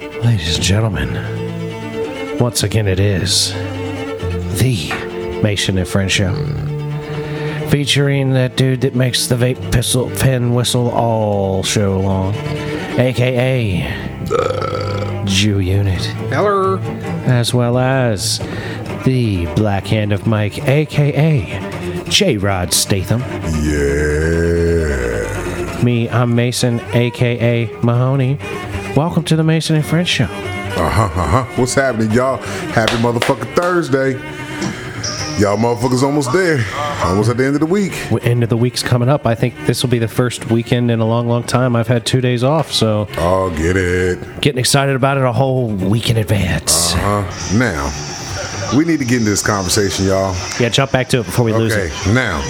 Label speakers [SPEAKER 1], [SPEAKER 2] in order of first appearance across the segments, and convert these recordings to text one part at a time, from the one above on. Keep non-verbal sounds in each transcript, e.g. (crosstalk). [SPEAKER 1] Ladies and gentlemen, once again it is the Mason and Friend Show. Featuring that dude that makes the vape pistol pen whistle all show long. AKA Jew Unit.
[SPEAKER 2] Heller.
[SPEAKER 1] As well as the Black Hand of Mike, aka J Rod Statham. Yeah. Me, I'm Mason, aka Mahoney. Welcome to the Mason and Friend Show.
[SPEAKER 3] Uh-huh, uh-huh. What's happening, y'all? Happy motherfucking Thursday. Y'all motherfuckers almost there. Almost at the end of the week.
[SPEAKER 1] W- End of the week's coming up. I think this will be the first weekend in a long, long time I've had two days off, so
[SPEAKER 3] Oh, get it.
[SPEAKER 1] getting excited about it a whole week in advance.
[SPEAKER 3] Uh, now, we need to get into this conversation, y'all.
[SPEAKER 1] Yeah, jump back to it before we lose
[SPEAKER 3] Okay,
[SPEAKER 1] it.
[SPEAKER 3] now,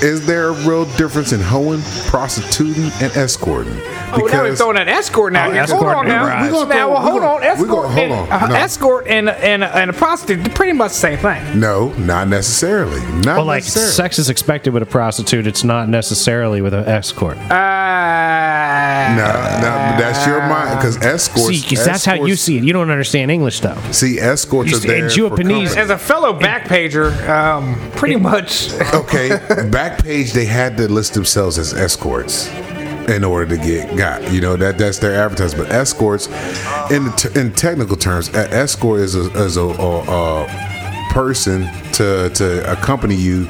[SPEAKER 3] is there a real difference in hoeing, prostituting, and escorting?
[SPEAKER 2] Oh, now they're throwing an escort now.
[SPEAKER 1] Oh,
[SPEAKER 2] hold
[SPEAKER 1] escort
[SPEAKER 2] on
[SPEAKER 1] and
[SPEAKER 2] now.
[SPEAKER 1] brides.
[SPEAKER 3] We gonna
[SPEAKER 2] now,
[SPEAKER 3] throw-
[SPEAKER 2] well,
[SPEAKER 3] we
[SPEAKER 2] hold
[SPEAKER 3] gonna-
[SPEAKER 2] on.
[SPEAKER 3] we
[SPEAKER 2] Escort,
[SPEAKER 3] gonna- hold
[SPEAKER 2] and,
[SPEAKER 3] on.
[SPEAKER 2] uh,
[SPEAKER 3] No.
[SPEAKER 2] escort and, and, and a prostitute, they're pretty much the same thing.
[SPEAKER 3] no, not necessarily. Not
[SPEAKER 1] Well, like
[SPEAKER 3] necessarily.
[SPEAKER 1] sex is expected with a prostitute, it's not necessarily with an escort.
[SPEAKER 3] Nah,
[SPEAKER 2] Uh,
[SPEAKER 3] nah, but that's your mind because escorts.
[SPEAKER 1] See, 'cause that's how you
[SPEAKER 3] escorts-
[SPEAKER 1] see it. You don't understand English, though.
[SPEAKER 3] See, escorts
[SPEAKER 1] You
[SPEAKER 3] are
[SPEAKER 1] see- in
[SPEAKER 3] there. for
[SPEAKER 1] Japanese-
[SPEAKER 3] company.
[SPEAKER 2] As a fellow backpager, um, pretty much. (laughs)
[SPEAKER 3] okay, Backpage they had to list themselves as escorts in order to get got. You know that that's their advertisement. But escorts, in the t- in technical terms, an escort is a is a, a, a person to to accompany you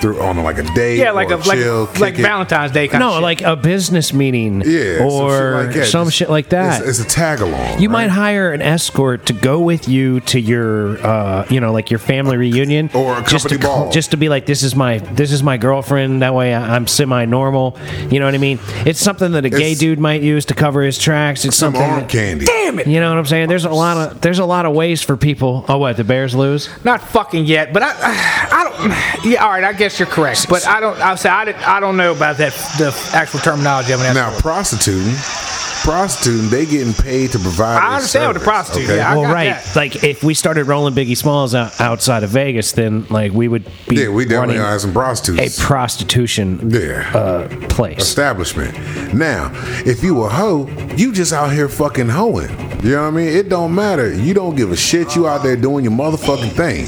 [SPEAKER 3] through on like a date.
[SPEAKER 2] Yeah, like
[SPEAKER 3] or
[SPEAKER 2] a like,
[SPEAKER 3] chill,
[SPEAKER 2] like
[SPEAKER 3] kick it.
[SPEAKER 2] Valentine's Day kind
[SPEAKER 1] no,
[SPEAKER 2] of shit.
[SPEAKER 1] like a business meeting
[SPEAKER 3] Yeah, some
[SPEAKER 1] or
[SPEAKER 3] shit like that.
[SPEAKER 1] some
[SPEAKER 3] Just-
[SPEAKER 1] shit like that.
[SPEAKER 3] It's, it's a tag along.
[SPEAKER 1] you might hire an escort to go with you to your, uh, you know, like your family reunion
[SPEAKER 3] Or a
[SPEAKER 1] just to
[SPEAKER 3] company
[SPEAKER 1] call-
[SPEAKER 3] ball.
[SPEAKER 1] just to be like, this is my this is my girlfriend. That way, I, I'm semi-normal. You know what I mean? It's something that a gay
[SPEAKER 3] It's-
[SPEAKER 1] dude might use to cover his tracks. It's
[SPEAKER 3] some
[SPEAKER 1] something.
[SPEAKER 3] arm
[SPEAKER 1] that-
[SPEAKER 3] candy.
[SPEAKER 2] Damn it.
[SPEAKER 1] you know what I'm saying? There's a lot of there's a lot of ways for people. Oh, what the Bears lose?
[SPEAKER 2] Not fucking yet, but I, I don't. Yeah, all right. I guess you're correct, but I don't. I'll say I, did, I don't know about that. The actual terminology of an
[SPEAKER 3] Now
[SPEAKER 2] escort.
[SPEAKER 3] prostituting, prostituting, they getting paid to provide.
[SPEAKER 2] I
[SPEAKER 3] a
[SPEAKER 2] understand with the
[SPEAKER 3] service,
[SPEAKER 2] prostitute,
[SPEAKER 3] okay?
[SPEAKER 2] yeah, I
[SPEAKER 1] well,
[SPEAKER 2] got
[SPEAKER 1] right.
[SPEAKER 2] that.
[SPEAKER 1] Like if we started rolling Biggie Smalls out, outside of Vegas, then like we would be
[SPEAKER 3] yeah, we definitely
[SPEAKER 1] running
[SPEAKER 3] have some
[SPEAKER 1] a
[SPEAKER 3] prostitutes.
[SPEAKER 1] prostitution
[SPEAKER 3] yeah.
[SPEAKER 1] uh, place.
[SPEAKER 3] establishment. Now, if you a hoe, you just out here fucking hoeing. You know what I mean? It don't matter. You don't give a shit. You out there doing your motherfucking thing.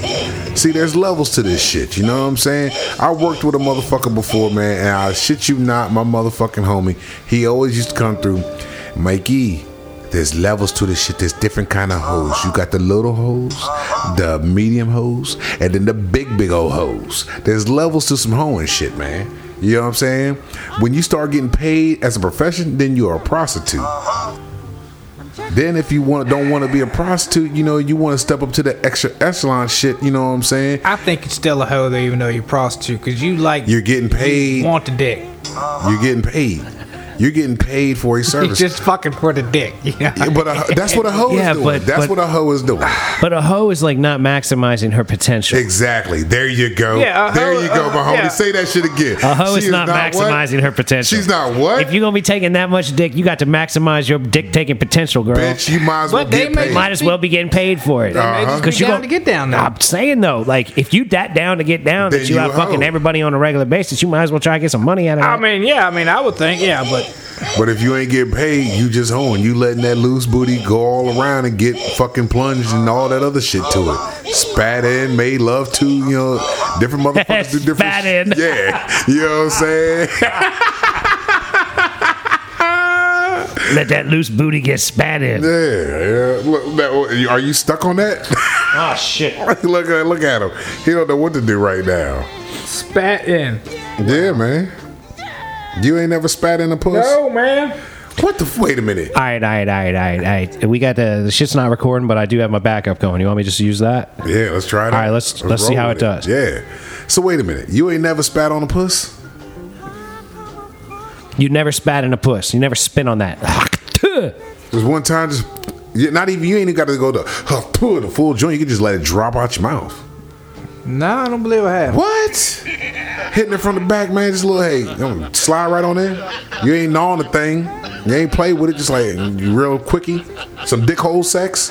[SPEAKER 3] See, there's levels to this shit. You know what I'm saying? I worked with a motherfucker before, man, and I shit you not, my motherfucking homie. He always used to come through, Mikey. There's levels to this shit. There's different kind of hoes. You got the little hoes, the medium hoes, and then the big, big old hoes. There's levels to some hoeing shit, man. You know what I'm saying? When you start getting paid as a profession, then you're a prostitute. Then if you want don't want to be a prostitute, you know, you want to step up to the extra echelon shit, you know what I'm saying?
[SPEAKER 2] I think it's still a hoe though, even though you're a prostitute, because you like
[SPEAKER 3] You're getting paid.
[SPEAKER 2] want the dick.
[SPEAKER 3] You're getting paid. You're getting
[SPEAKER 1] (laughs)
[SPEAKER 3] paid for a
[SPEAKER 2] You
[SPEAKER 3] service.
[SPEAKER 2] just fucking for the dick. (laughs) You know?
[SPEAKER 3] but a, that's what a hoe
[SPEAKER 1] (laughs) Yeah,
[SPEAKER 3] is doing.
[SPEAKER 1] but-
[SPEAKER 3] that's
[SPEAKER 1] but-
[SPEAKER 3] what a hoe is doing.
[SPEAKER 1] But a hoe is like not maximizing her potential.
[SPEAKER 3] Exactly. There you go.
[SPEAKER 2] Yeah, a
[SPEAKER 3] there
[SPEAKER 2] hoe-
[SPEAKER 3] you go,
[SPEAKER 2] uh,
[SPEAKER 3] my homie.
[SPEAKER 2] yeah.
[SPEAKER 3] Say that shit again.
[SPEAKER 1] A hoe
[SPEAKER 3] She
[SPEAKER 1] is not,
[SPEAKER 3] what?
[SPEAKER 1] maximizing her potential.
[SPEAKER 3] She's not what?
[SPEAKER 1] If you're gonna be taking that much dick, you got to maximize your dick taking potential, girl.
[SPEAKER 3] Bitch, you might as well
[SPEAKER 2] But they
[SPEAKER 3] get
[SPEAKER 2] may-
[SPEAKER 3] paid.
[SPEAKER 1] Might as well be getting paid for it.
[SPEAKER 2] They
[SPEAKER 3] Uh-huh.
[SPEAKER 2] just be
[SPEAKER 1] 'Cause you
[SPEAKER 2] down
[SPEAKER 1] gon-
[SPEAKER 2] to get down there.
[SPEAKER 1] I'm saying though, like if you that down to get down,
[SPEAKER 3] Then
[SPEAKER 1] that you
[SPEAKER 3] you
[SPEAKER 1] out
[SPEAKER 3] a
[SPEAKER 1] fucking
[SPEAKER 3] hoe.
[SPEAKER 1] everybody on a regular basis, you might as well try to get some money out of it.
[SPEAKER 2] I mean, yeah. I mean, I would think, yeah, but
[SPEAKER 3] But if you ain't getting paid, you just hoeing. You letting that loose booty go all around and get fucking plunged and all that other shit to it. Spat in, made love to, you know,
[SPEAKER 1] (laughs)
[SPEAKER 3] different motherfuckers do different
[SPEAKER 1] Spat in.
[SPEAKER 3] sh- Yeah. You know what I'm saying? (laughs)
[SPEAKER 1] Let that loose booty get spat in.
[SPEAKER 3] yeah. yeah. Look, that, are you stuck on that? (laughs)
[SPEAKER 1] Oh shit.
[SPEAKER 3] look at look at him. He don't know what to do right now.
[SPEAKER 2] spat in.
[SPEAKER 3] Yeah, man. You ain't never spat in a puss?
[SPEAKER 2] No, man.
[SPEAKER 3] What the f- wait a minute.
[SPEAKER 1] All right, all right, all right, all right, all right. We got the, the shit's not recording, but I do have my backup going. You want me just to use that?
[SPEAKER 3] Yeah, let's try it.
[SPEAKER 1] All
[SPEAKER 3] out.
[SPEAKER 1] right, let's- let's see
[SPEAKER 3] roll
[SPEAKER 1] how
[SPEAKER 3] with
[SPEAKER 1] it does.
[SPEAKER 3] Yeah. So wait a minute. You ain't never spat on a puss?
[SPEAKER 1] You never spat in a puss. You never spit on that. (laughs)
[SPEAKER 3] There's one time, just yeah, not even you ain't even got to go to huh, pull the full joint. You can just let it drop out your mouth.
[SPEAKER 2] No, I don't believe I have.
[SPEAKER 3] What? Hitting it from the back, man. Just a little hey, you know, slide right on in. You ain't gnawing the thing. You ain't play with it. Just like real quickie, some dick hole sex.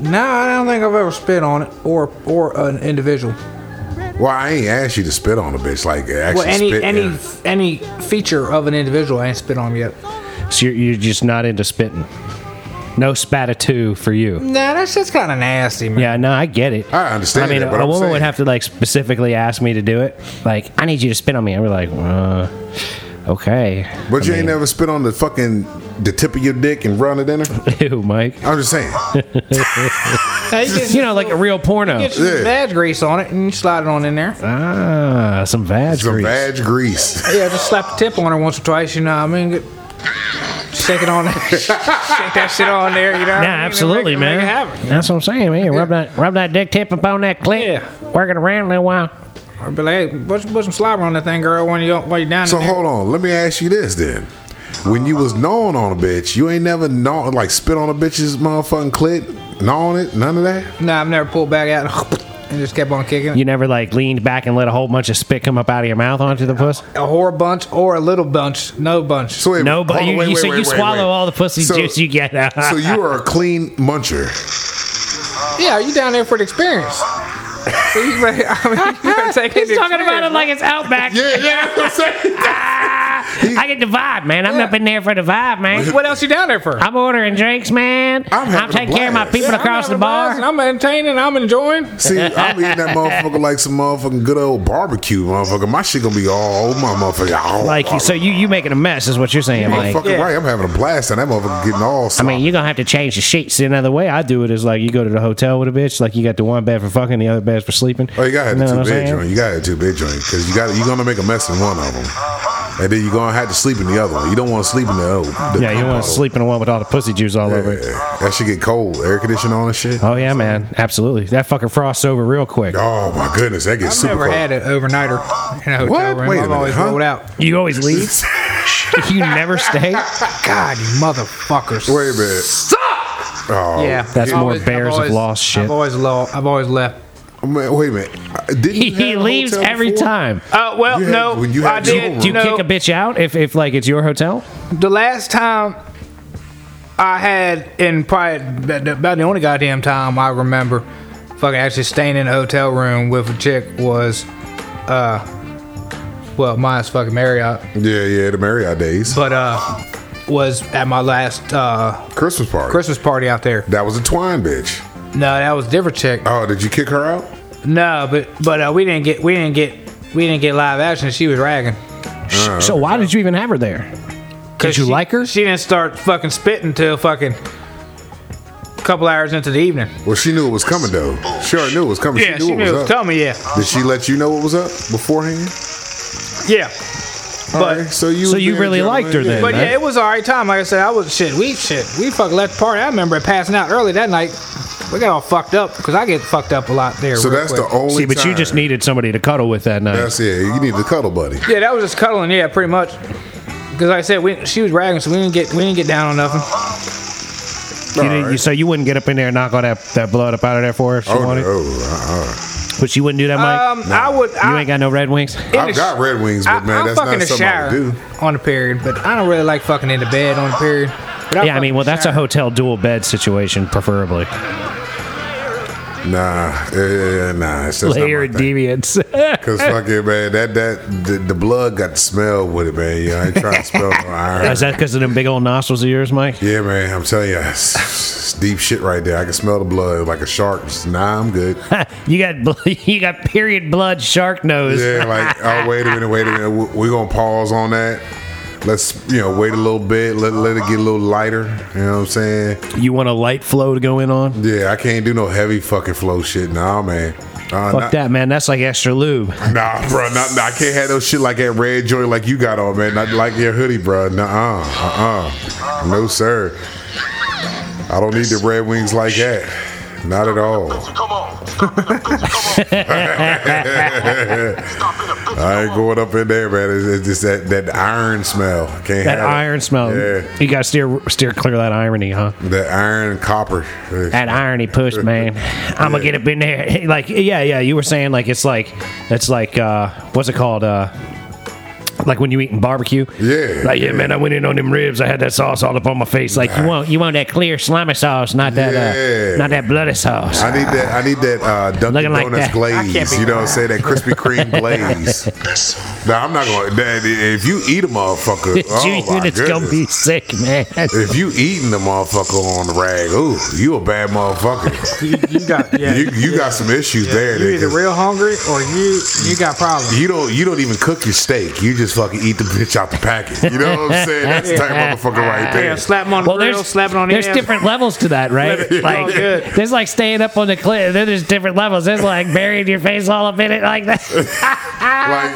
[SPEAKER 2] No, I don't think I've ever spit on it or or an individual.
[SPEAKER 3] Well, I ain't asked you to spit on a bitch. Like actually
[SPEAKER 2] Well, any
[SPEAKER 3] spit.
[SPEAKER 2] any
[SPEAKER 3] in.
[SPEAKER 2] any feature of an individual I ain't spit on yet.
[SPEAKER 1] So you're, you're just not into spitting. No spatitude for you.
[SPEAKER 2] Nah, that's just kind of nasty, man.
[SPEAKER 1] Yeah, no, I get it.
[SPEAKER 3] I understand
[SPEAKER 1] I mean,
[SPEAKER 3] that,
[SPEAKER 1] a
[SPEAKER 3] but
[SPEAKER 1] a
[SPEAKER 3] I'm
[SPEAKER 1] woman would
[SPEAKER 3] saying-
[SPEAKER 1] have to like specifically ask me to do it. Like, I need you to spit on me, and we're like, uh, okay. (laughs)
[SPEAKER 3] But
[SPEAKER 1] I
[SPEAKER 3] you ain't
[SPEAKER 1] mean,
[SPEAKER 3] never spit on the fucking the tip of your dick and run it in her.
[SPEAKER 1] ew, Mike.
[SPEAKER 3] I'm
[SPEAKER 1] (laughs)
[SPEAKER 3] just saying.
[SPEAKER 2] Hey, (laughs) just-
[SPEAKER 1] You know, like a real porno.
[SPEAKER 2] Get some
[SPEAKER 3] Yeah.
[SPEAKER 2] vag grease on it and you slide it on in there.
[SPEAKER 1] Ah, some vag
[SPEAKER 3] Some
[SPEAKER 1] grease.
[SPEAKER 3] badge grease.
[SPEAKER 2] Yeah, just slap the tip on her once or twice, you know what I mean? Get- Shake it on there. (laughs) Shake that shit on there, you know?
[SPEAKER 1] Yeah, absolutely, man. That's what I'm saying, man. Rub that, rub that dick tip up on that clit.
[SPEAKER 2] Yeah.
[SPEAKER 1] Work it around a little while.
[SPEAKER 2] I'd be like, hey, put, put some slobber on that thing, girl, when you while you down
[SPEAKER 3] So
[SPEAKER 2] in there.
[SPEAKER 3] hold on, let me ask you this then. When you was gnawing on a bitch, you ain't never gnaw like spit on a bitch's motherfucking clit, gnawing it, none of that.
[SPEAKER 2] Nah, I've never pulled back out (laughs) and, and just kept on kicking.
[SPEAKER 1] You never like leaned back and let a whole bunch of spit come up out of your mouth onto the puss.
[SPEAKER 2] a whore bunch or a little bunch, no bunch.
[SPEAKER 3] So wait,
[SPEAKER 1] No, but
[SPEAKER 3] hold on,
[SPEAKER 1] you,
[SPEAKER 3] wait,
[SPEAKER 1] you,
[SPEAKER 3] wait,
[SPEAKER 1] so
[SPEAKER 3] wait,
[SPEAKER 1] you
[SPEAKER 3] wait,
[SPEAKER 1] swallow
[SPEAKER 3] wait.
[SPEAKER 1] all the pussy
[SPEAKER 3] So-
[SPEAKER 1] juice you get.
[SPEAKER 3] so you are a clean muncher.
[SPEAKER 2] yeah, you down there for the experience? so you better, (laughs) I mean,
[SPEAKER 1] (laughs)
[SPEAKER 2] you better
[SPEAKER 1] (laughs)
[SPEAKER 2] take
[SPEAKER 1] He's
[SPEAKER 2] the
[SPEAKER 1] talking about it
[SPEAKER 2] experience.
[SPEAKER 1] like it's outback.
[SPEAKER 3] (laughs) Yeah, yeah, that's what I'm saying.
[SPEAKER 1] I get the vibe, man. I'm
[SPEAKER 2] Yeah.
[SPEAKER 1] up in there for the vibe, man.
[SPEAKER 2] What else you down there for?
[SPEAKER 1] I'm ordering drinks, man.
[SPEAKER 3] I'm
[SPEAKER 1] I'm,
[SPEAKER 3] having a
[SPEAKER 1] taking care of my
[SPEAKER 3] blast.
[SPEAKER 1] people
[SPEAKER 2] Yeah, I'm
[SPEAKER 1] across the
[SPEAKER 2] having a blast
[SPEAKER 1] bar.
[SPEAKER 2] and I'm entertaining. I'm enjoying.
[SPEAKER 3] See, I'm eating that motherfucker like some motherfucking good old barbecue, motherfucker. My shit gonna be all over my motherfucker. all
[SPEAKER 1] Like, you- so you you making a mess is what you're saying,
[SPEAKER 3] I'm
[SPEAKER 1] Mike.
[SPEAKER 3] fucking
[SPEAKER 2] Yeah.
[SPEAKER 3] right. I'm having a blast, and that motherfucker getting all.
[SPEAKER 1] I
[SPEAKER 3] Sloppy.
[SPEAKER 1] mean, you're gonna have to change the sheets. See, Another way I do it is like you go to the hotel with a bitch, like you got the one bed for fucking, the other bed's for sleeping.
[SPEAKER 3] oh, you gotta have
[SPEAKER 1] Know
[SPEAKER 3] the
[SPEAKER 1] what I'm
[SPEAKER 3] two bed
[SPEAKER 1] saying?
[SPEAKER 3] joint. You gotta have two bed joint because you got you gonna make a mess in one of them, and then you are gonna have to sleep in the other one. You don't want to sleep in the other. The
[SPEAKER 1] Yeah, you want
[SPEAKER 3] combo.
[SPEAKER 1] to sleep in the one with all the pussy juice all over it.
[SPEAKER 3] Yeah, that should get cold. Air conditioning on and shit.
[SPEAKER 1] Oh yeah, man, absolutely. That fucking frosts over real quick.
[SPEAKER 3] Oh my goodness, that gets
[SPEAKER 2] I've
[SPEAKER 3] super
[SPEAKER 2] never
[SPEAKER 3] cold.
[SPEAKER 2] had an overnighter in a hotel
[SPEAKER 3] What?
[SPEAKER 2] room.
[SPEAKER 3] Wait a
[SPEAKER 2] I've
[SPEAKER 3] minute,
[SPEAKER 2] always
[SPEAKER 3] huh?
[SPEAKER 2] rolled out.
[SPEAKER 1] You always
[SPEAKER 3] (laughs)
[SPEAKER 1] leave. you never stay.
[SPEAKER 2] God, you motherfuckers.
[SPEAKER 3] Wait a minute. Suck. Oh,
[SPEAKER 2] Yeah,
[SPEAKER 1] That's
[SPEAKER 2] I've
[SPEAKER 1] more bears of lost shit.
[SPEAKER 2] I've always lost. I've always left.
[SPEAKER 3] man, wait a minute. Uh, Didn't you
[SPEAKER 1] (laughs)
[SPEAKER 3] have
[SPEAKER 1] He
[SPEAKER 3] a
[SPEAKER 1] leaves
[SPEAKER 3] hotel
[SPEAKER 1] every
[SPEAKER 3] before?
[SPEAKER 1] time.
[SPEAKER 2] Uh, well,
[SPEAKER 3] You had-
[SPEAKER 2] no,
[SPEAKER 3] when you
[SPEAKER 2] I
[SPEAKER 3] had your
[SPEAKER 2] did.
[SPEAKER 3] own
[SPEAKER 1] Do you
[SPEAKER 2] no,
[SPEAKER 1] kick a bitch out if, if like it's your hotel?
[SPEAKER 2] the last time I had, and probably about the only goddamn time I remember fucking actually staying in a hotel room with a chick was, uh, well, mine's fucking Marriott,
[SPEAKER 3] Yeah, yeah, the Marriott days,
[SPEAKER 2] but uh, was at my last uh
[SPEAKER 3] Christmas party.
[SPEAKER 2] Christmas party out there.
[SPEAKER 3] That was a twine bitch.
[SPEAKER 2] No, that was a different chick.
[SPEAKER 3] Oh, did you kick her out?
[SPEAKER 2] No, but but uh, we didn't get we didn't get we didn't get live action. She was ragging.
[SPEAKER 1] So why did you even have her there? Did you
[SPEAKER 2] she-
[SPEAKER 1] like her?
[SPEAKER 2] She didn't start fucking spitting till fucking a couple hours into the evening.
[SPEAKER 3] Well, she knew it was coming though. She already knew it was coming.
[SPEAKER 2] Yeah, she knew it was
[SPEAKER 3] up.
[SPEAKER 2] coming. Yeah,
[SPEAKER 3] Did she let you know what was up beforehand?
[SPEAKER 2] yeah. But
[SPEAKER 3] Alright, so you
[SPEAKER 1] So
[SPEAKER 3] was
[SPEAKER 1] you
[SPEAKER 3] being
[SPEAKER 1] really
[SPEAKER 3] gentleman,
[SPEAKER 1] liked her
[SPEAKER 3] yeah.
[SPEAKER 1] then,
[SPEAKER 2] but
[SPEAKER 1] man.
[SPEAKER 2] yeah, it was alright time. Like I said, I was shit. We shit. We fucking left the party. I remember it passing out early that night. We got all fucked up because I get fucked up a lot there.
[SPEAKER 3] So
[SPEAKER 2] real
[SPEAKER 3] that's
[SPEAKER 2] quick.
[SPEAKER 3] the only.
[SPEAKER 1] See, but you just
[SPEAKER 3] time.
[SPEAKER 1] needed somebody to cuddle with that night.
[SPEAKER 3] That's it. You need the cuddle buddy.
[SPEAKER 2] yeah. That was just cuddling. Yeah, pretty much. Because like I said, we, she was ragging, so we didn't get we didn't get down on nothing.
[SPEAKER 1] You didn't- you- so you wouldn't get up in there and knock all that, that blood up out of there for her if she
[SPEAKER 3] Oh,
[SPEAKER 1] wanted.
[SPEAKER 3] no. uh-uh.
[SPEAKER 1] But you wouldn't do that, Mike.
[SPEAKER 2] Um, I would.
[SPEAKER 1] you
[SPEAKER 2] I,
[SPEAKER 1] ain't got no red wings.
[SPEAKER 2] in
[SPEAKER 3] I've
[SPEAKER 2] the
[SPEAKER 3] got
[SPEAKER 2] sh-
[SPEAKER 3] red wings, but man,
[SPEAKER 2] I,
[SPEAKER 3] that's
[SPEAKER 2] will
[SPEAKER 3] not
[SPEAKER 2] fucking the
[SPEAKER 3] something I
[SPEAKER 2] shower
[SPEAKER 3] would do.
[SPEAKER 2] on the period, but I don't really like fucking in the bed on the period. But
[SPEAKER 1] (laughs)
[SPEAKER 2] I'll
[SPEAKER 1] Yeah, I mean,
[SPEAKER 2] fucking
[SPEAKER 1] well, that's a
[SPEAKER 2] shower.
[SPEAKER 1] hotel dual bed situation, preferably.
[SPEAKER 3] Nah, yeah, nah. It's just
[SPEAKER 1] Layer
[SPEAKER 3] not my thing.
[SPEAKER 1] deviants.
[SPEAKER 3] Cause fucking man, that that the, the blood got the smell with it, man. You know, I ain't trying to smell no
[SPEAKER 1] (laughs)
[SPEAKER 3] iron.
[SPEAKER 1] (laughs) Is that because of them big old nostrils of yours, Mike?
[SPEAKER 3] Yeah, man, I'm telling you, it's, it's deep shit right there. I can smell the blood like a shark. Just, nah, I'm good.
[SPEAKER 1] you got bl- (laughs) you got period blood shark nose.
[SPEAKER 3] Yeah, like, oh, wait a minute, wait a minute. We- We're going to pause on that. Let's, you know, wait a little bit. Let, let it get a little lighter. You know what I'm saying?
[SPEAKER 1] You want a light flow to go in on?
[SPEAKER 3] Yeah, I can't do no heavy fucking flow shit. Nah, man. Nah,
[SPEAKER 1] Fuck
[SPEAKER 3] not,
[SPEAKER 1] that, man. That's like extra lube.
[SPEAKER 3] Nah, bro. Not, nah, I can't have no shit like that red joint like you got on, man. Not like your hoodie, bro. Nah, uh, uh, no, sir. I don't need the red wings like that. Not at all.
[SPEAKER 4] Come on. Stop being a bitch. Come on. Stop being a bitch.
[SPEAKER 3] I ain't going up in there, man. It's, it's just that, that iron smell. Can't (laughs)
[SPEAKER 1] That
[SPEAKER 3] have it.
[SPEAKER 1] iron smell.
[SPEAKER 3] Yeah,
[SPEAKER 1] You got to steer steer clear of that irony, huh?
[SPEAKER 3] that iron copper.
[SPEAKER 1] That irony
[SPEAKER 3] (laughs)
[SPEAKER 1] push, man. I'm gonna get up in there. (laughs) Like, yeah, yeah. You were saying like it's like it's like uh, what's it called? Uh, like when you eating barbecue.
[SPEAKER 3] Yeah,
[SPEAKER 1] Like, yeah, man, I went in on them ribs. I had that sauce all up on my face. Like, you want you want that clear slimy sauce, not that
[SPEAKER 3] Yeah.
[SPEAKER 1] uh, not that bloody (laughs) sauce.
[SPEAKER 3] I need that. I need that uh, Dunkin'
[SPEAKER 1] Looking like
[SPEAKER 3] Donuts
[SPEAKER 1] that.
[SPEAKER 2] I can't
[SPEAKER 3] glaze.
[SPEAKER 2] be-
[SPEAKER 3] You know what I'm saying? That Krispy
[SPEAKER 1] (laughs)
[SPEAKER 3] Kreme glaze. no, I'm not going. to If you eat
[SPEAKER 1] (laughs)
[SPEAKER 3] a motherfucker, oh
[SPEAKER 1] you,
[SPEAKER 3] my
[SPEAKER 1] it's gonna
[SPEAKER 3] goodness.
[SPEAKER 1] be sick,
[SPEAKER 3] (laughs)
[SPEAKER 1] man.
[SPEAKER 3] If you eating the motherfucker on the rag, ooh, you a
[SPEAKER 1] (laughs)
[SPEAKER 3] bad motherfucker.
[SPEAKER 2] You, you got yeah.
[SPEAKER 3] you you got some issues there.
[SPEAKER 2] you
[SPEAKER 3] nigga.
[SPEAKER 2] either real hungry or you you got problems.
[SPEAKER 3] You don't you don't even cook your steak. You just fucking eat the bitch out the packet. You know what I'm saying? That's the type of motherfucker right
[SPEAKER 1] (laughs)
[SPEAKER 2] Yeah,
[SPEAKER 3] there.
[SPEAKER 2] slap him on the
[SPEAKER 1] Well,
[SPEAKER 2] grill,
[SPEAKER 1] there's
[SPEAKER 2] slap it on the
[SPEAKER 1] there's
[SPEAKER 2] ass.
[SPEAKER 1] different levels to that,
[SPEAKER 3] (laughs)
[SPEAKER 1] right?
[SPEAKER 2] It's all
[SPEAKER 1] like
[SPEAKER 2] good.
[SPEAKER 1] there's like staying up on the cliff. Then There's different levels. There's like burying your face all up in it, like that.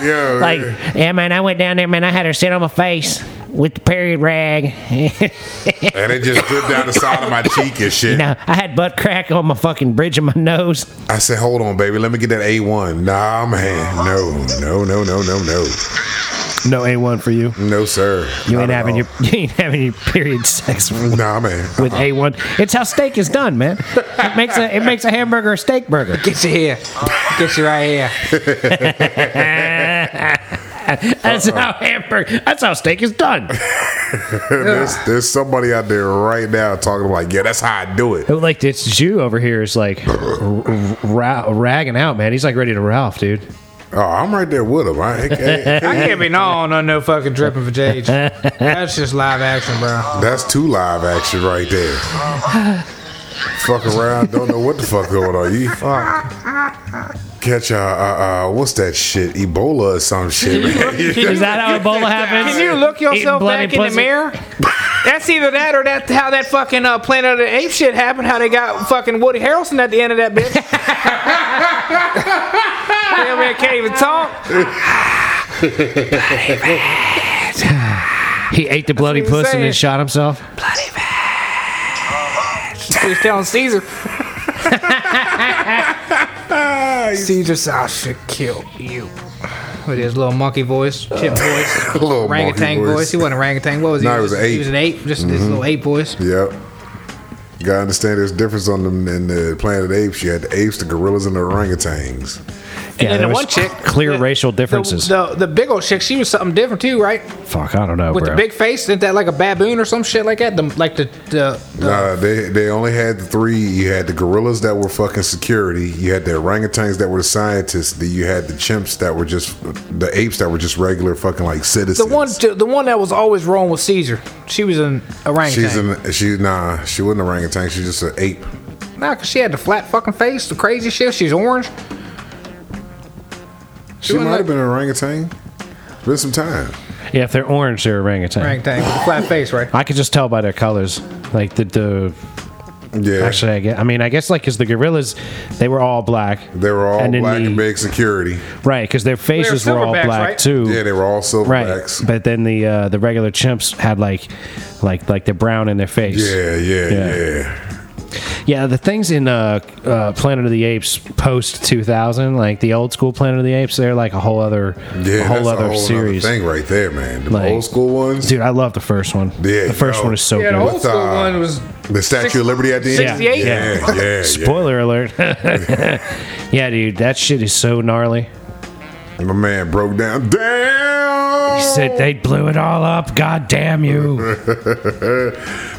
[SPEAKER 3] Like yo,
[SPEAKER 1] like
[SPEAKER 3] yeah.
[SPEAKER 1] yeah, man. I went down there, man. I had her sit on my face with the period rag. (laughs)
[SPEAKER 3] and it just dripped down the side of my
[SPEAKER 1] (laughs)
[SPEAKER 3] cheek and shit.
[SPEAKER 1] Now I had butt crack on my fucking bridge of my nose.
[SPEAKER 3] I said, hold on, baby, let me get that A one. Nah, man, no, no, no, no, no, no,
[SPEAKER 1] No A one for you.
[SPEAKER 3] no, sir.
[SPEAKER 1] You
[SPEAKER 3] Not
[SPEAKER 1] ain't
[SPEAKER 3] at
[SPEAKER 1] having
[SPEAKER 3] all.
[SPEAKER 1] your you ain't having your period sex (laughs) with
[SPEAKER 3] (laughs) Nah, man.
[SPEAKER 1] with A one. It's how steak is done, man. It makes a it makes a hamburger a steak burger.
[SPEAKER 2] Get you here. Get you right here.
[SPEAKER 1] That's how hamburger. That's how steak is done.
[SPEAKER 3] there's, there's somebody out there right now talking like, yeah, that's how I do it.
[SPEAKER 1] Oh, like this Jew over here is like r- r- ra- ragging out, man. He's like ready to Ralph, dude.
[SPEAKER 3] Oh, I'm right there with him. I,
[SPEAKER 1] (laughs)
[SPEAKER 3] I-
[SPEAKER 2] I can't be known on no fucking dripping for Jage. That's just live action, bro.
[SPEAKER 3] that's two live action right there. fuck around, don't know what the fuck going on. You
[SPEAKER 2] Fuck.
[SPEAKER 3] catch a uh, uh, what's that shit? Ebola or some shit.
[SPEAKER 1] Is that how Ebola happens?
[SPEAKER 2] Can you look
[SPEAKER 1] Eating
[SPEAKER 2] yourself
[SPEAKER 1] bloody
[SPEAKER 2] back in the
[SPEAKER 1] pussy?
[SPEAKER 2] mirror? That's either that or that's how that fucking uh, Planet of the Apes shit happened. How they got fucking Woody Harrelson at the end of that bitch. Damn, man, can't even talk.
[SPEAKER 1] He ate the bloody
[SPEAKER 2] That's what I'm
[SPEAKER 1] puss and then
[SPEAKER 2] saying.
[SPEAKER 1] shot himself.
[SPEAKER 2] He's telling Caesar. Caesar said, I should kill you. With his little monkey voice, chip voice,
[SPEAKER 3] (laughs) Little
[SPEAKER 2] orangutan
[SPEAKER 3] monkey
[SPEAKER 2] voice.
[SPEAKER 3] voice.
[SPEAKER 2] He wasn't orangutan. What was he?
[SPEAKER 3] No, he was an
[SPEAKER 2] He
[SPEAKER 3] ape. Mm-hmm.
[SPEAKER 2] was an ape. Just his little ape voice.
[SPEAKER 3] Yep. Gotta understand there's difference on them in the Planet of the Apes. You had the apes, the gorillas, and the orangutans.
[SPEAKER 1] Yeah,
[SPEAKER 2] and
[SPEAKER 1] there
[SPEAKER 2] then the
[SPEAKER 1] was
[SPEAKER 2] one chick,
[SPEAKER 1] clear
[SPEAKER 2] the-
[SPEAKER 1] racial differences.
[SPEAKER 2] The, the the big old chick, she was something different too, right?
[SPEAKER 1] Fuck, I don't know,
[SPEAKER 2] With
[SPEAKER 1] bro.
[SPEAKER 2] the big face, isn't that like a baboon or some shit like that? The, like the the, the
[SPEAKER 3] Nah, they they only had the three. You had the gorillas that were fucking security. You had the orangutans that were the scientists. Then you had the chimps that were just the apes that were just regular fucking like
[SPEAKER 2] the
[SPEAKER 3] citizens.
[SPEAKER 2] one the one that was always wrong with Caesar. She was an orangutan.
[SPEAKER 3] she's an she nah she wasn't an orangutan. She's just an ape.
[SPEAKER 2] Nah, cause she had the flat fucking face, the crazy shit. She's orange.
[SPEAKER 3] She,
[SPEAKER 2] wasn't
[SPEAKER 3] might
[SPEAKER 2] like-
[SPEAKER 3] have been an orangutan. It's been some time.
[SPEAKER 1] yeah, if they're orange, they're orangutan.
[SPEAKER 2] Orangutan with a flat
[SPEAKER 1] (laughs)
[SPEAKER 2] face, right?
[SPEAKER 1] I could just tell by their colors. Like the, the
[SPEAKER 3] Yeah,
[SPEAKER 1] actually, I guess. I mean, I guess like because the gorillas, they were all black,
[SPEAKER 3] they were all
[SPEAKER 1] And then
[SPEAKER 3] black
[SPEAKER 1] the-
[SPEAKER 3] and big security.
[SPEAKER 1] right? Because their faces were all
[SPEAKER 2] silverbacks,
[SPEAKER 1] black
[SPEAKER 2] right?
[SPEAKER 1] too.
[SPEAKER 3] Yeah, they were all
[SPEAKER 1] Right,
[SPEAKER 3] silverbacks.
[SPEAKER 1] but then the uh, the regular chimps had like, like like they're brown in their face.
[SPEAKER 3] Yeah, yeah,
[SPEAKER 1] Yeah.
[SPEAKER 3] yeah.
[SPEAKER 1] Yeah, the things in uh, uh, Planet of the Apes post two thousand, like the old school Planet of the Apes, they're like a whole other,
[SPEAKER 3] Yeah,
[SPEAKER 1] a whole
[SPEAKER 3] that's
[SPEAKER 1] other
[SPEAKER 3] a whole
[SPEAKER 1] series.
[SPEAKER 3] Other thing right there, man. The
[SPEAKER 1] Like-
[SPEAKER 3] old school ones.
[SPEAKER 1] Dude, I love the first one.
[SPEAKER 3] Yeah,
[SPEAKER 1] the first
[SPEAKER 3] yo.
[SPEAKER 1] one is so
[SPEAKER 2] Yeah, the
[SPEAKER 1] good.
[SPEAKER 2] old school
[SPEAKER 3] uh,
[SPEAKER 2] one was
[SPEAKER 3] The Statue of Liberty at the end.
[SPEAKER 2] 68?
[SPEAKER 3] Yeah,
[SPEAKER 1] (laughs)
[SPEAKER 3] yeah, yeah.
[SPEAKER 1] Spoiler alert. yeah, dude, that shit is so gnarly.
[SPEAKER 3] My man broke down. Damn.
[SPEAKER 1] He said they blew it all up. God damn
[SPEAKER 3] (laughs)
[SPEAKER 1] you!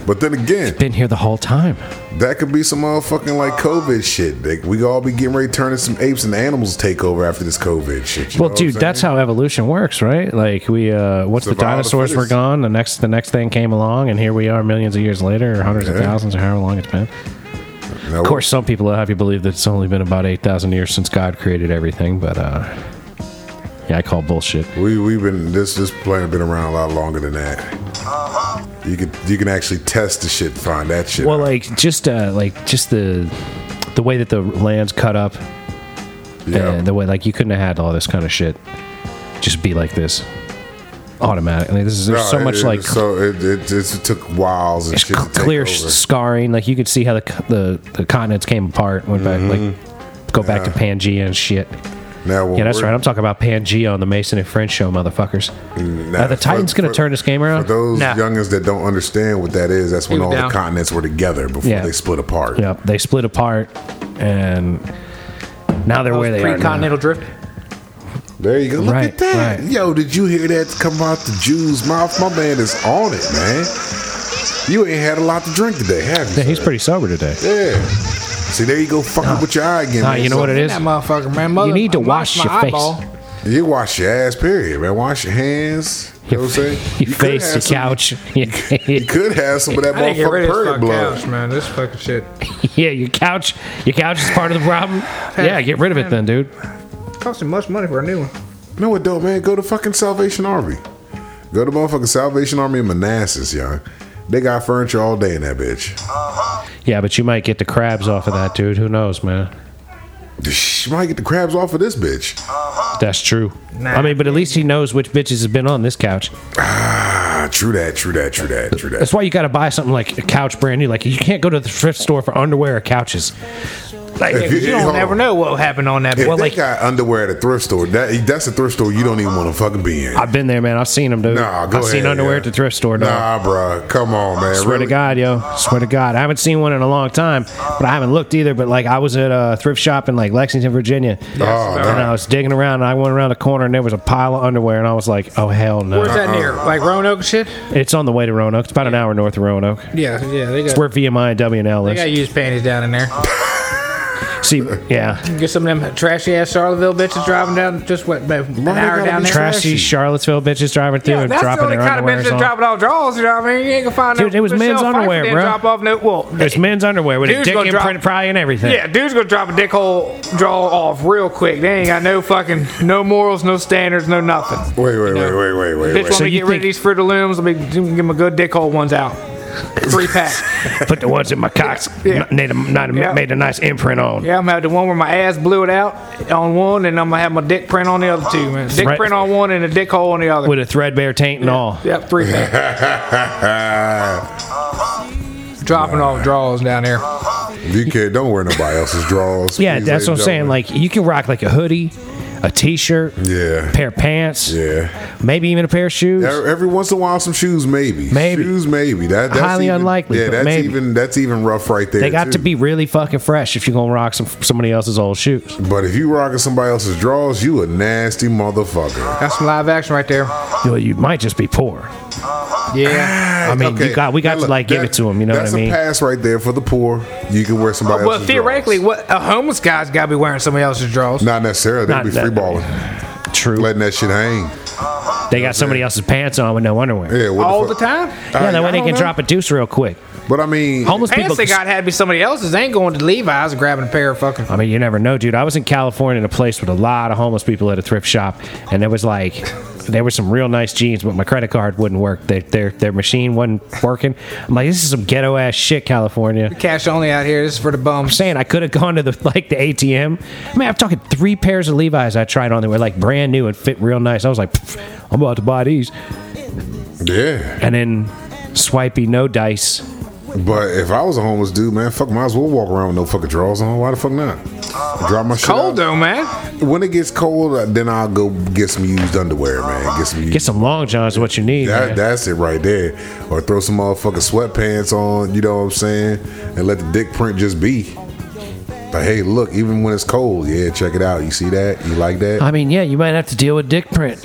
[SPEAKER 3] But then again,
[SPEAKER 1] Been here the whole time.
[SPEAKER 3] that could be some motherfucking like COVID shit. Like we all be getting ready to turn in some apes and animals take over after this COVID shit. you
[SPEAKER 1] Well,
[SPEAKER 3] know what
[SPEAKER 1] dude,
[SPEAKER 3] I'm
[SPEAKER 1] that's
[SPEAKER 3] saying?
[SPEAKER 1] how evolution works, right? Like we, uh, once the
[SPEAKER 3] Survival of the
[SPEAKER 1] dinosaurs were
[SPEAKER 3] fittest.
[SPEAKER 1] gone, the next the next thing came along, and here we are, millions of years later, or hundreds of
[SPEAKER 3] Yeah.
[SPEAKER 1] thousands, or however long it's been.
[SPEAKER 3] No,
[SPEAKER 1] Of course, some people will have you believe that it's only been about 8,000 years since God created everything, but uh, yeah, I call bullshit.
[SPEAKER 3] we we've been this this planet been around a lot longer than that. You could you can actually test the shit, and find that shit.
[SPEAKER 1] Well,
[SPEAKER 3] out.
[SPEAKER 1] like just uh, like just the the way that the land's cut up,
[SPEAKER 3] yeah.
[SPEAKER 1] and the way like you couldn't have had all this kind of shit just be like this automatically. This is there's so
[SPEAKER 3] No, it-
[SPEAKER 1] much
[SPEAKER 3] it-
[SPEAKER 1] like
[SPEAKER 3] so it, it, it took whiles and
[SPEAKER 1] there's
[SPEAKER 3] shit
[SPEAKER 1] cl-
[SPEAKER 3] to take
[SPEAKER 1] clear
[SPEAKER 3] over.
[SPEAKER 1] scarring. Like you could see how the c- the, the continents came apart, went back like go back to Pangea and shit.
[SPEAKER 3] Now, when
[SPEAKER 1] Yeah, that's
[SPEAKER 3] Mm-hmm. we're-
[SPEAKER 1] right. I'm talking about Pangea on the Mason and French show, motherfuckers.
[SPEAKER 3] now,
[SPEAKER 1] Are the
[SPEAKER 3] for-
[SPEAKER 1] Titans going to
[SPEAKER 3] for-
[SPEAKER 1] turn this game
[SPEAKER 3] For
[SPEAKER 1] around?
[SPEAKER 3] those
[SPEAKER 2] Nah.
[SPEAKER 3] youngins that don't understand what that is, that's when
[SPEAKER 2] Keep it
[SPEAKER 3] all
[SPEAKER 2] down.
[SPEAKER 3] the continents were together before
[SPEAKER 1] Yeah.
[SPEAKER 3] they split apart.
[SPEAKER 1] Yep, they split apart, and now they're where they are. now.
[SPEAKER 2] pre-continental drift.
[SPEAKER 3] There you go. Look
[SPEAKER 1] Right,
[SPEAKER 3] at that.
[SPEAKER 1] right.
[SPEAKER 3] Yo, did you hear that come out the Jew's mouth? My man is on it, man. You ain't had a lot to drink today, have
[SPEAKER 1] (laughs)
[SPEAKER 3] you?
[SPEAKER 1] Yeah, he's pretty sober today.
[SPEAKER 3] Yeah. See, there you go, fucking with your eye again.
[SPEAKER 1] Nah,
[SPEAKER 3] man.
[SPEAKER 1] you know
[SPEAKER 3] So-
[SPEAKER 1] what it is?
[SPEAKER 2] That motherfucker, man. Mother,
[SPEAKER 1] need to
[SPEAKER 2] I
[SPEAKER 1] wash
[SPEAKER 2] lost
[SPEAKER 1] your
[SPEAKER 2] my
[SPEAKER 1] face.
[SPEAKER 2] eyeball.
[SPEAKER 3] You wash your ass, period, man. Wash your hands. You know what I'm saying?
[SPEAKER 1] Your
[SPEAKER 3] could
[SPEAKER 1] face,
[SPEAKER 3] have
[SPEAKER 1] your
[SPEAKER 3] some-
[SPEAKER 1] couch. (laughs)
[SPEAKER 3] You could have some of that
[SPEAKER 2] I didn't get
[SPEAKER 3] motherfucking
[SPEAKER 2] rid of this
[SPEAKER 3] perk
[SPEAKER 2] fucking
[SPEAKER 3] blood.
[SPEAKER 2] couch, man. This fucking
[SPEAKER 1] (laughs)
[SPEAKER 2] shit.
[SPEAKER 1] yeah, your couch. Your couch is part of the problem. Yeah, get rid of it then, dude.
[SPEAKER 2] Costing much money for a new one.
[SPEAKER 3] No, it don't, man. Go to fucking Salvation Army. Go to motherfucking Salvation Army in Manassas, y'all. They got furniture all day in that bitch.
[SPEAKER 1] Yeah, but you might get the crabs off of that, dude. Who knows, man?
[SPEAKER 3] You might get the crabs off of this bitch.
[SPEAKER 1] That's true.
[SPEAKER 2] Nah.
[SPEAKER 1] I mean, but at least he knows which bitches have been on this couch.
[SPEAKER 3] Ah, true that, true that, true that, true that.
[SPEAKER 1] That's why you got to buy something like a couch brand new. Like you can't go to the thrift store for underwear or couches.
[SPEAKER 2] Like,
[SPEAKER 3] If
[SPEAKER 2] you
[SPEAKER 3] you-
[SPEAKER 2] don't
[SPEAKER 3] hold
[SPEAKER 2] ever
[SPEAKER 3] on.
[SPEAKER 2] know what happened on
[SPEAKER 3] (laughs)
[SPEAKER 2] that.
[SPEAKER 3] If
[SPEAKER 2] Well,
[SPEAKER 3] they
[SPEAKER 1] like-
[SPEAKER 3] got underwear at a thrift store, that, that's a thrift store you don't even want to fucking be in.
[SPEAKER 1] I've been there, man. I've seen them, dude.
[SPEAKER 3] nah, go
[SPEAKER 1] I've
[SPEAKER 3] ahead,
[SPEAKER 1] seen underwear
[SPEAKER 3] yeah.
[SPEAKER 1] at the thrift store. Dog.
[SPEAKER 3] Nah, bruh. Come on, man.
[SPEAKER 1] Swear
[SPEAKER 3] Really?
[SPEAKER 1] to God, yo. Swear to God. I haven't seen one in a long time, but I haven't looked either. But like, I was at a thrift shop in like Lexington, Virginia.
[SPEAKER 3] Oh,
[SPEAKER 1] and I
[SPEAKER 3] no.
[SPEAKER 1] was digging around and I went around the corner and there was a pile of underwear and I was like, oh, hell no.
[SPEAKER 2] where's that near? Like Roanoke and shit?
[SPEAKER 1] It's on the way to Roanoke. It's about an hour north of Roanoke.
[SPEAKER 2] Yeah, yeah. They got,
[SPEAKER 1] It's where VMI and WNL
[SPEAKER 2] they got
[SPEAKER 1] is.
[SPEAKER 2] used panties down in there.
[SPEAKER 1] See, yeah.
[SPEAKER 2] Get some of them trashy ass Charlottesville bitches driving down just what about an
[SPEAKER 3] Why they
[SPEAKER 2] hour
[SPEAKER 3] gotta
[SPEAKER 2] down
[SPEAKER 3] be
[SPEAKER 2] there.
[SPEAKER 1] Trashy Charlottesville bitches driving through
[SPEAKER 2] Yeah,
[SPEAKER 1] and
[SPEAKER 2] that's the
[SPEAKER 1] dropping
[SPEAKER 2] only
[SPEAKER 1] their
[SPEAKER 2] kind of
[SPEAKER 1] underwear.
[SPEAKER 2] bitch that dropping all drawers. You know what I mean? You ain't gonna find
[SPEAKER 1] Dude,
[SPEAKER 2] no
[SPEAKER 1] it was men's
[SPEAKER 2] Michelle Pfeiffer
[SPEAKER 1] underwear,
[SPEAKER 2] didn't
[SPEAKER 1] bro.
[SPEAKER 2] Drop off no, well,
[SPEAKER 1] It's men's underwear with a
[SPEAKER 2] Dude's
[SPEAKER 1] dick
[SPEAKER 2] gonna
[SPEAKER 1] imprint
[SPEAKER 2] drop-
[SPEAKER 1] probably and everything.
[SPEAKER 2] Yeah, dude's gonna drop a dick hole draw off real quick. They ain't got no fucking no morals, no standards, no nothing.
[SPEAKER 3] Wait, wait, wait, wait, wait, wait,
[SPEAKER 2] Bitch,
[SPEAKER 3] wait. (laughs)
[SPEAKER 2] want
[SPEAKER 1] So
[SPEAKER 2] me to
[SPEAKER 1] you
[SPEAKER 2] get rid
[SPEAKER 1] think-
[SPEAKER 2] of these Fruit of Looms? Let me give them a good dick hole ones out. Three pack.
[SPEAKER 1] Put the ones in my cocks.
[SPEAKER 2] Yeah.
[SPEAKER 1] Made, a, not a-
[SPEAKER 2] Yeah.
[SPEAKER 1] made a nice imprint on.
[SPEAKER 2] yeah, I'm gonna have the one where my ass blew it out on one, and I'm gonna have my dick print on the other two. Man, dick
[SPEAKER 1] Right.
[SPEAKER 2] print on one and a dick hole on the other.
[SPEAKER 1] With a threadbare taint and all.
[SPEAKER 2] yep, three pack. Dropping off draws down there.
[SPEAKER 3] you can't. Don't wear nobody else's drawers.
[SPEAKER 1] Yeah,
[SPEAKER 3] please,
[SPEAKER 1] that's what I'm
[SPEAKER 3] ladies
[SPEAKER 1] saying.
[SPEAKER 3] and
[SPEAKER 1] Like you can rock like a hoodie, a t-shirt,
[SPEAKER 3] gentlemen.
[SPEAKER 1] pair of pants,
[SPEAKER 3] yeah, yeah.
[SPEAKER 1] maybe even a pair of shoes.
[SPEAKER 3] Every, every once in a while, some shoes, maybe.
[SPEAKER 1] Maybe.
[SPEAKER 3] shoes, maybe. That that's
[SPEAKER 1] Highly
[SPEAKER 3] even,
[SPEAKER 1] unlikely,
[SPEAKER 3] Yeah,
[SPEAKER 1] but
[SPEAKER 3] that's
[SPEAKER 1] maybe.
[SPEAKER 3] even that's even rough right there.
[SPEAKER 1] they got to
[SPEAKER 3] too.
[SPEAKER 1] be really fucking fresh if you're gonna rock some somebody else's old shoes.
[SPEAKER 3] But if you rocking somebody else's drawers, you a nasty motherfucker.
[SPEAKER 2] That's some live action right there.
[SPEAKER 1] You, know, you might just be poor.
[SPEAKER 2] Yeah.
[SPEAKER 1] I mean, you got- we got to, like, give it to 'em, you know what I
[SPEAKER 3] that's
[SPEAKER 1] mean?
[SPEAKER 3] a pass right there for the poor. You can wear somebody
[SPEAKER 2] Uh, Well,
[SPEAKER 3] else's
[SPEAKER 2] theoretically,
[SPEAKER 3] drawers.
[SPEAKER 2] what a homeless guy's got to be wearing somebody else's drawers.
[SPEAKER 3] Not necessarily. They'd
[SPEAKER 1] Not
[SPEAKER 3] be
[SPEAKER 1] that-
[SPEAKER 3] free balling,
[SPEAKER 1] True.
[SPEAKER 3] letting that shit hang.
[SPEAKER 1] they got somebody else's pants on with no underwear.
[SPEAKER 3] Yeah, what
[SPEAKER 2] all the,
[SPEAKER 3] fuck?
[SPEAKER 2] time.
[SPEAKER 1] Yeah, that
[SPEAKER 3] I-
[SPEAKER 1] way
[SPEAKER 3] I
[SPEAKER 1] they
[SPEAKER 3] don't
[SPEAKER 1] can
[SPEAKER 3] know.
[SPEAKER 1] drop a deuce real quick.
[SPEAKER 3] But I mean,
[SPEAKER 1] Homeless people.
[SPEAKER 2] Pants they got had to be somebody else's. They ain't going to Levi's and grabbing a pair of fucking.
[SPEAKER 1] I mean, you never know, dude. I was in California in a place with a lot of homeless people at a thrift shop, and there was like, there were some real nice jeans, but my credit card wouldn't work. Their their, their machine wasn't working. I'm like, this is some ghetto ass shit, California.
[SPEAKER 2] Cash only out here. This is for the bums.
[SPEAKER 1] saying I could have gone to the like the ATM. I mean, I'm talking three pairs of Levi's I tried on that were like brand new and fit real nice. I was like, "Pff, I'm about to buy these,
[SPEAKER 3] yeah.
[SPEAKER 1] and then swipey no dice.
[SPEAKER 3] But if I was a homeless dude, man, fuck, might as well walk around with no fucking drawers on. Why the fuck not? Drop my shit.
[SPEAKER 2] Cold
[SPEAKER 3] out.
[SPEAKER 2] though, man.
[SPEAKER 3] When it gets cold, uh, then I'll go get some used underwear, man. Get some used.
[SPEAKER 1] Get some long johns, what you need.
[SPEAKER 3] That,
[SPEAKER 1] man.
[SPEAKER 3] that's it right there. Or throw some motherfucking sweatpants on, you know what I'm saying? And let the dick print just be. But hey, look, even when it's cold, yeah, check it out. You see that? You like that?
[SPEAKER 1] I mean, yeah, you might have to deal with dick print.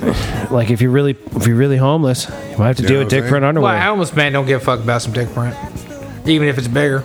[SPEAKER 1] Like if you're really if you're really homeless, you might have to deal
[SPEAKER 3] You know what
[SPEAKER 1] with
[SPEAKER 3] I'm
[SPEAKER 1] dick
[SPEAKER 3] saying?
[SPEAKER 1] print
[SPEAKER 2] Well,
[SPEAKER 1] underwear.
[SPEAKER 2] a homeless man don't give a fuck about some dick print, even if it's bigger.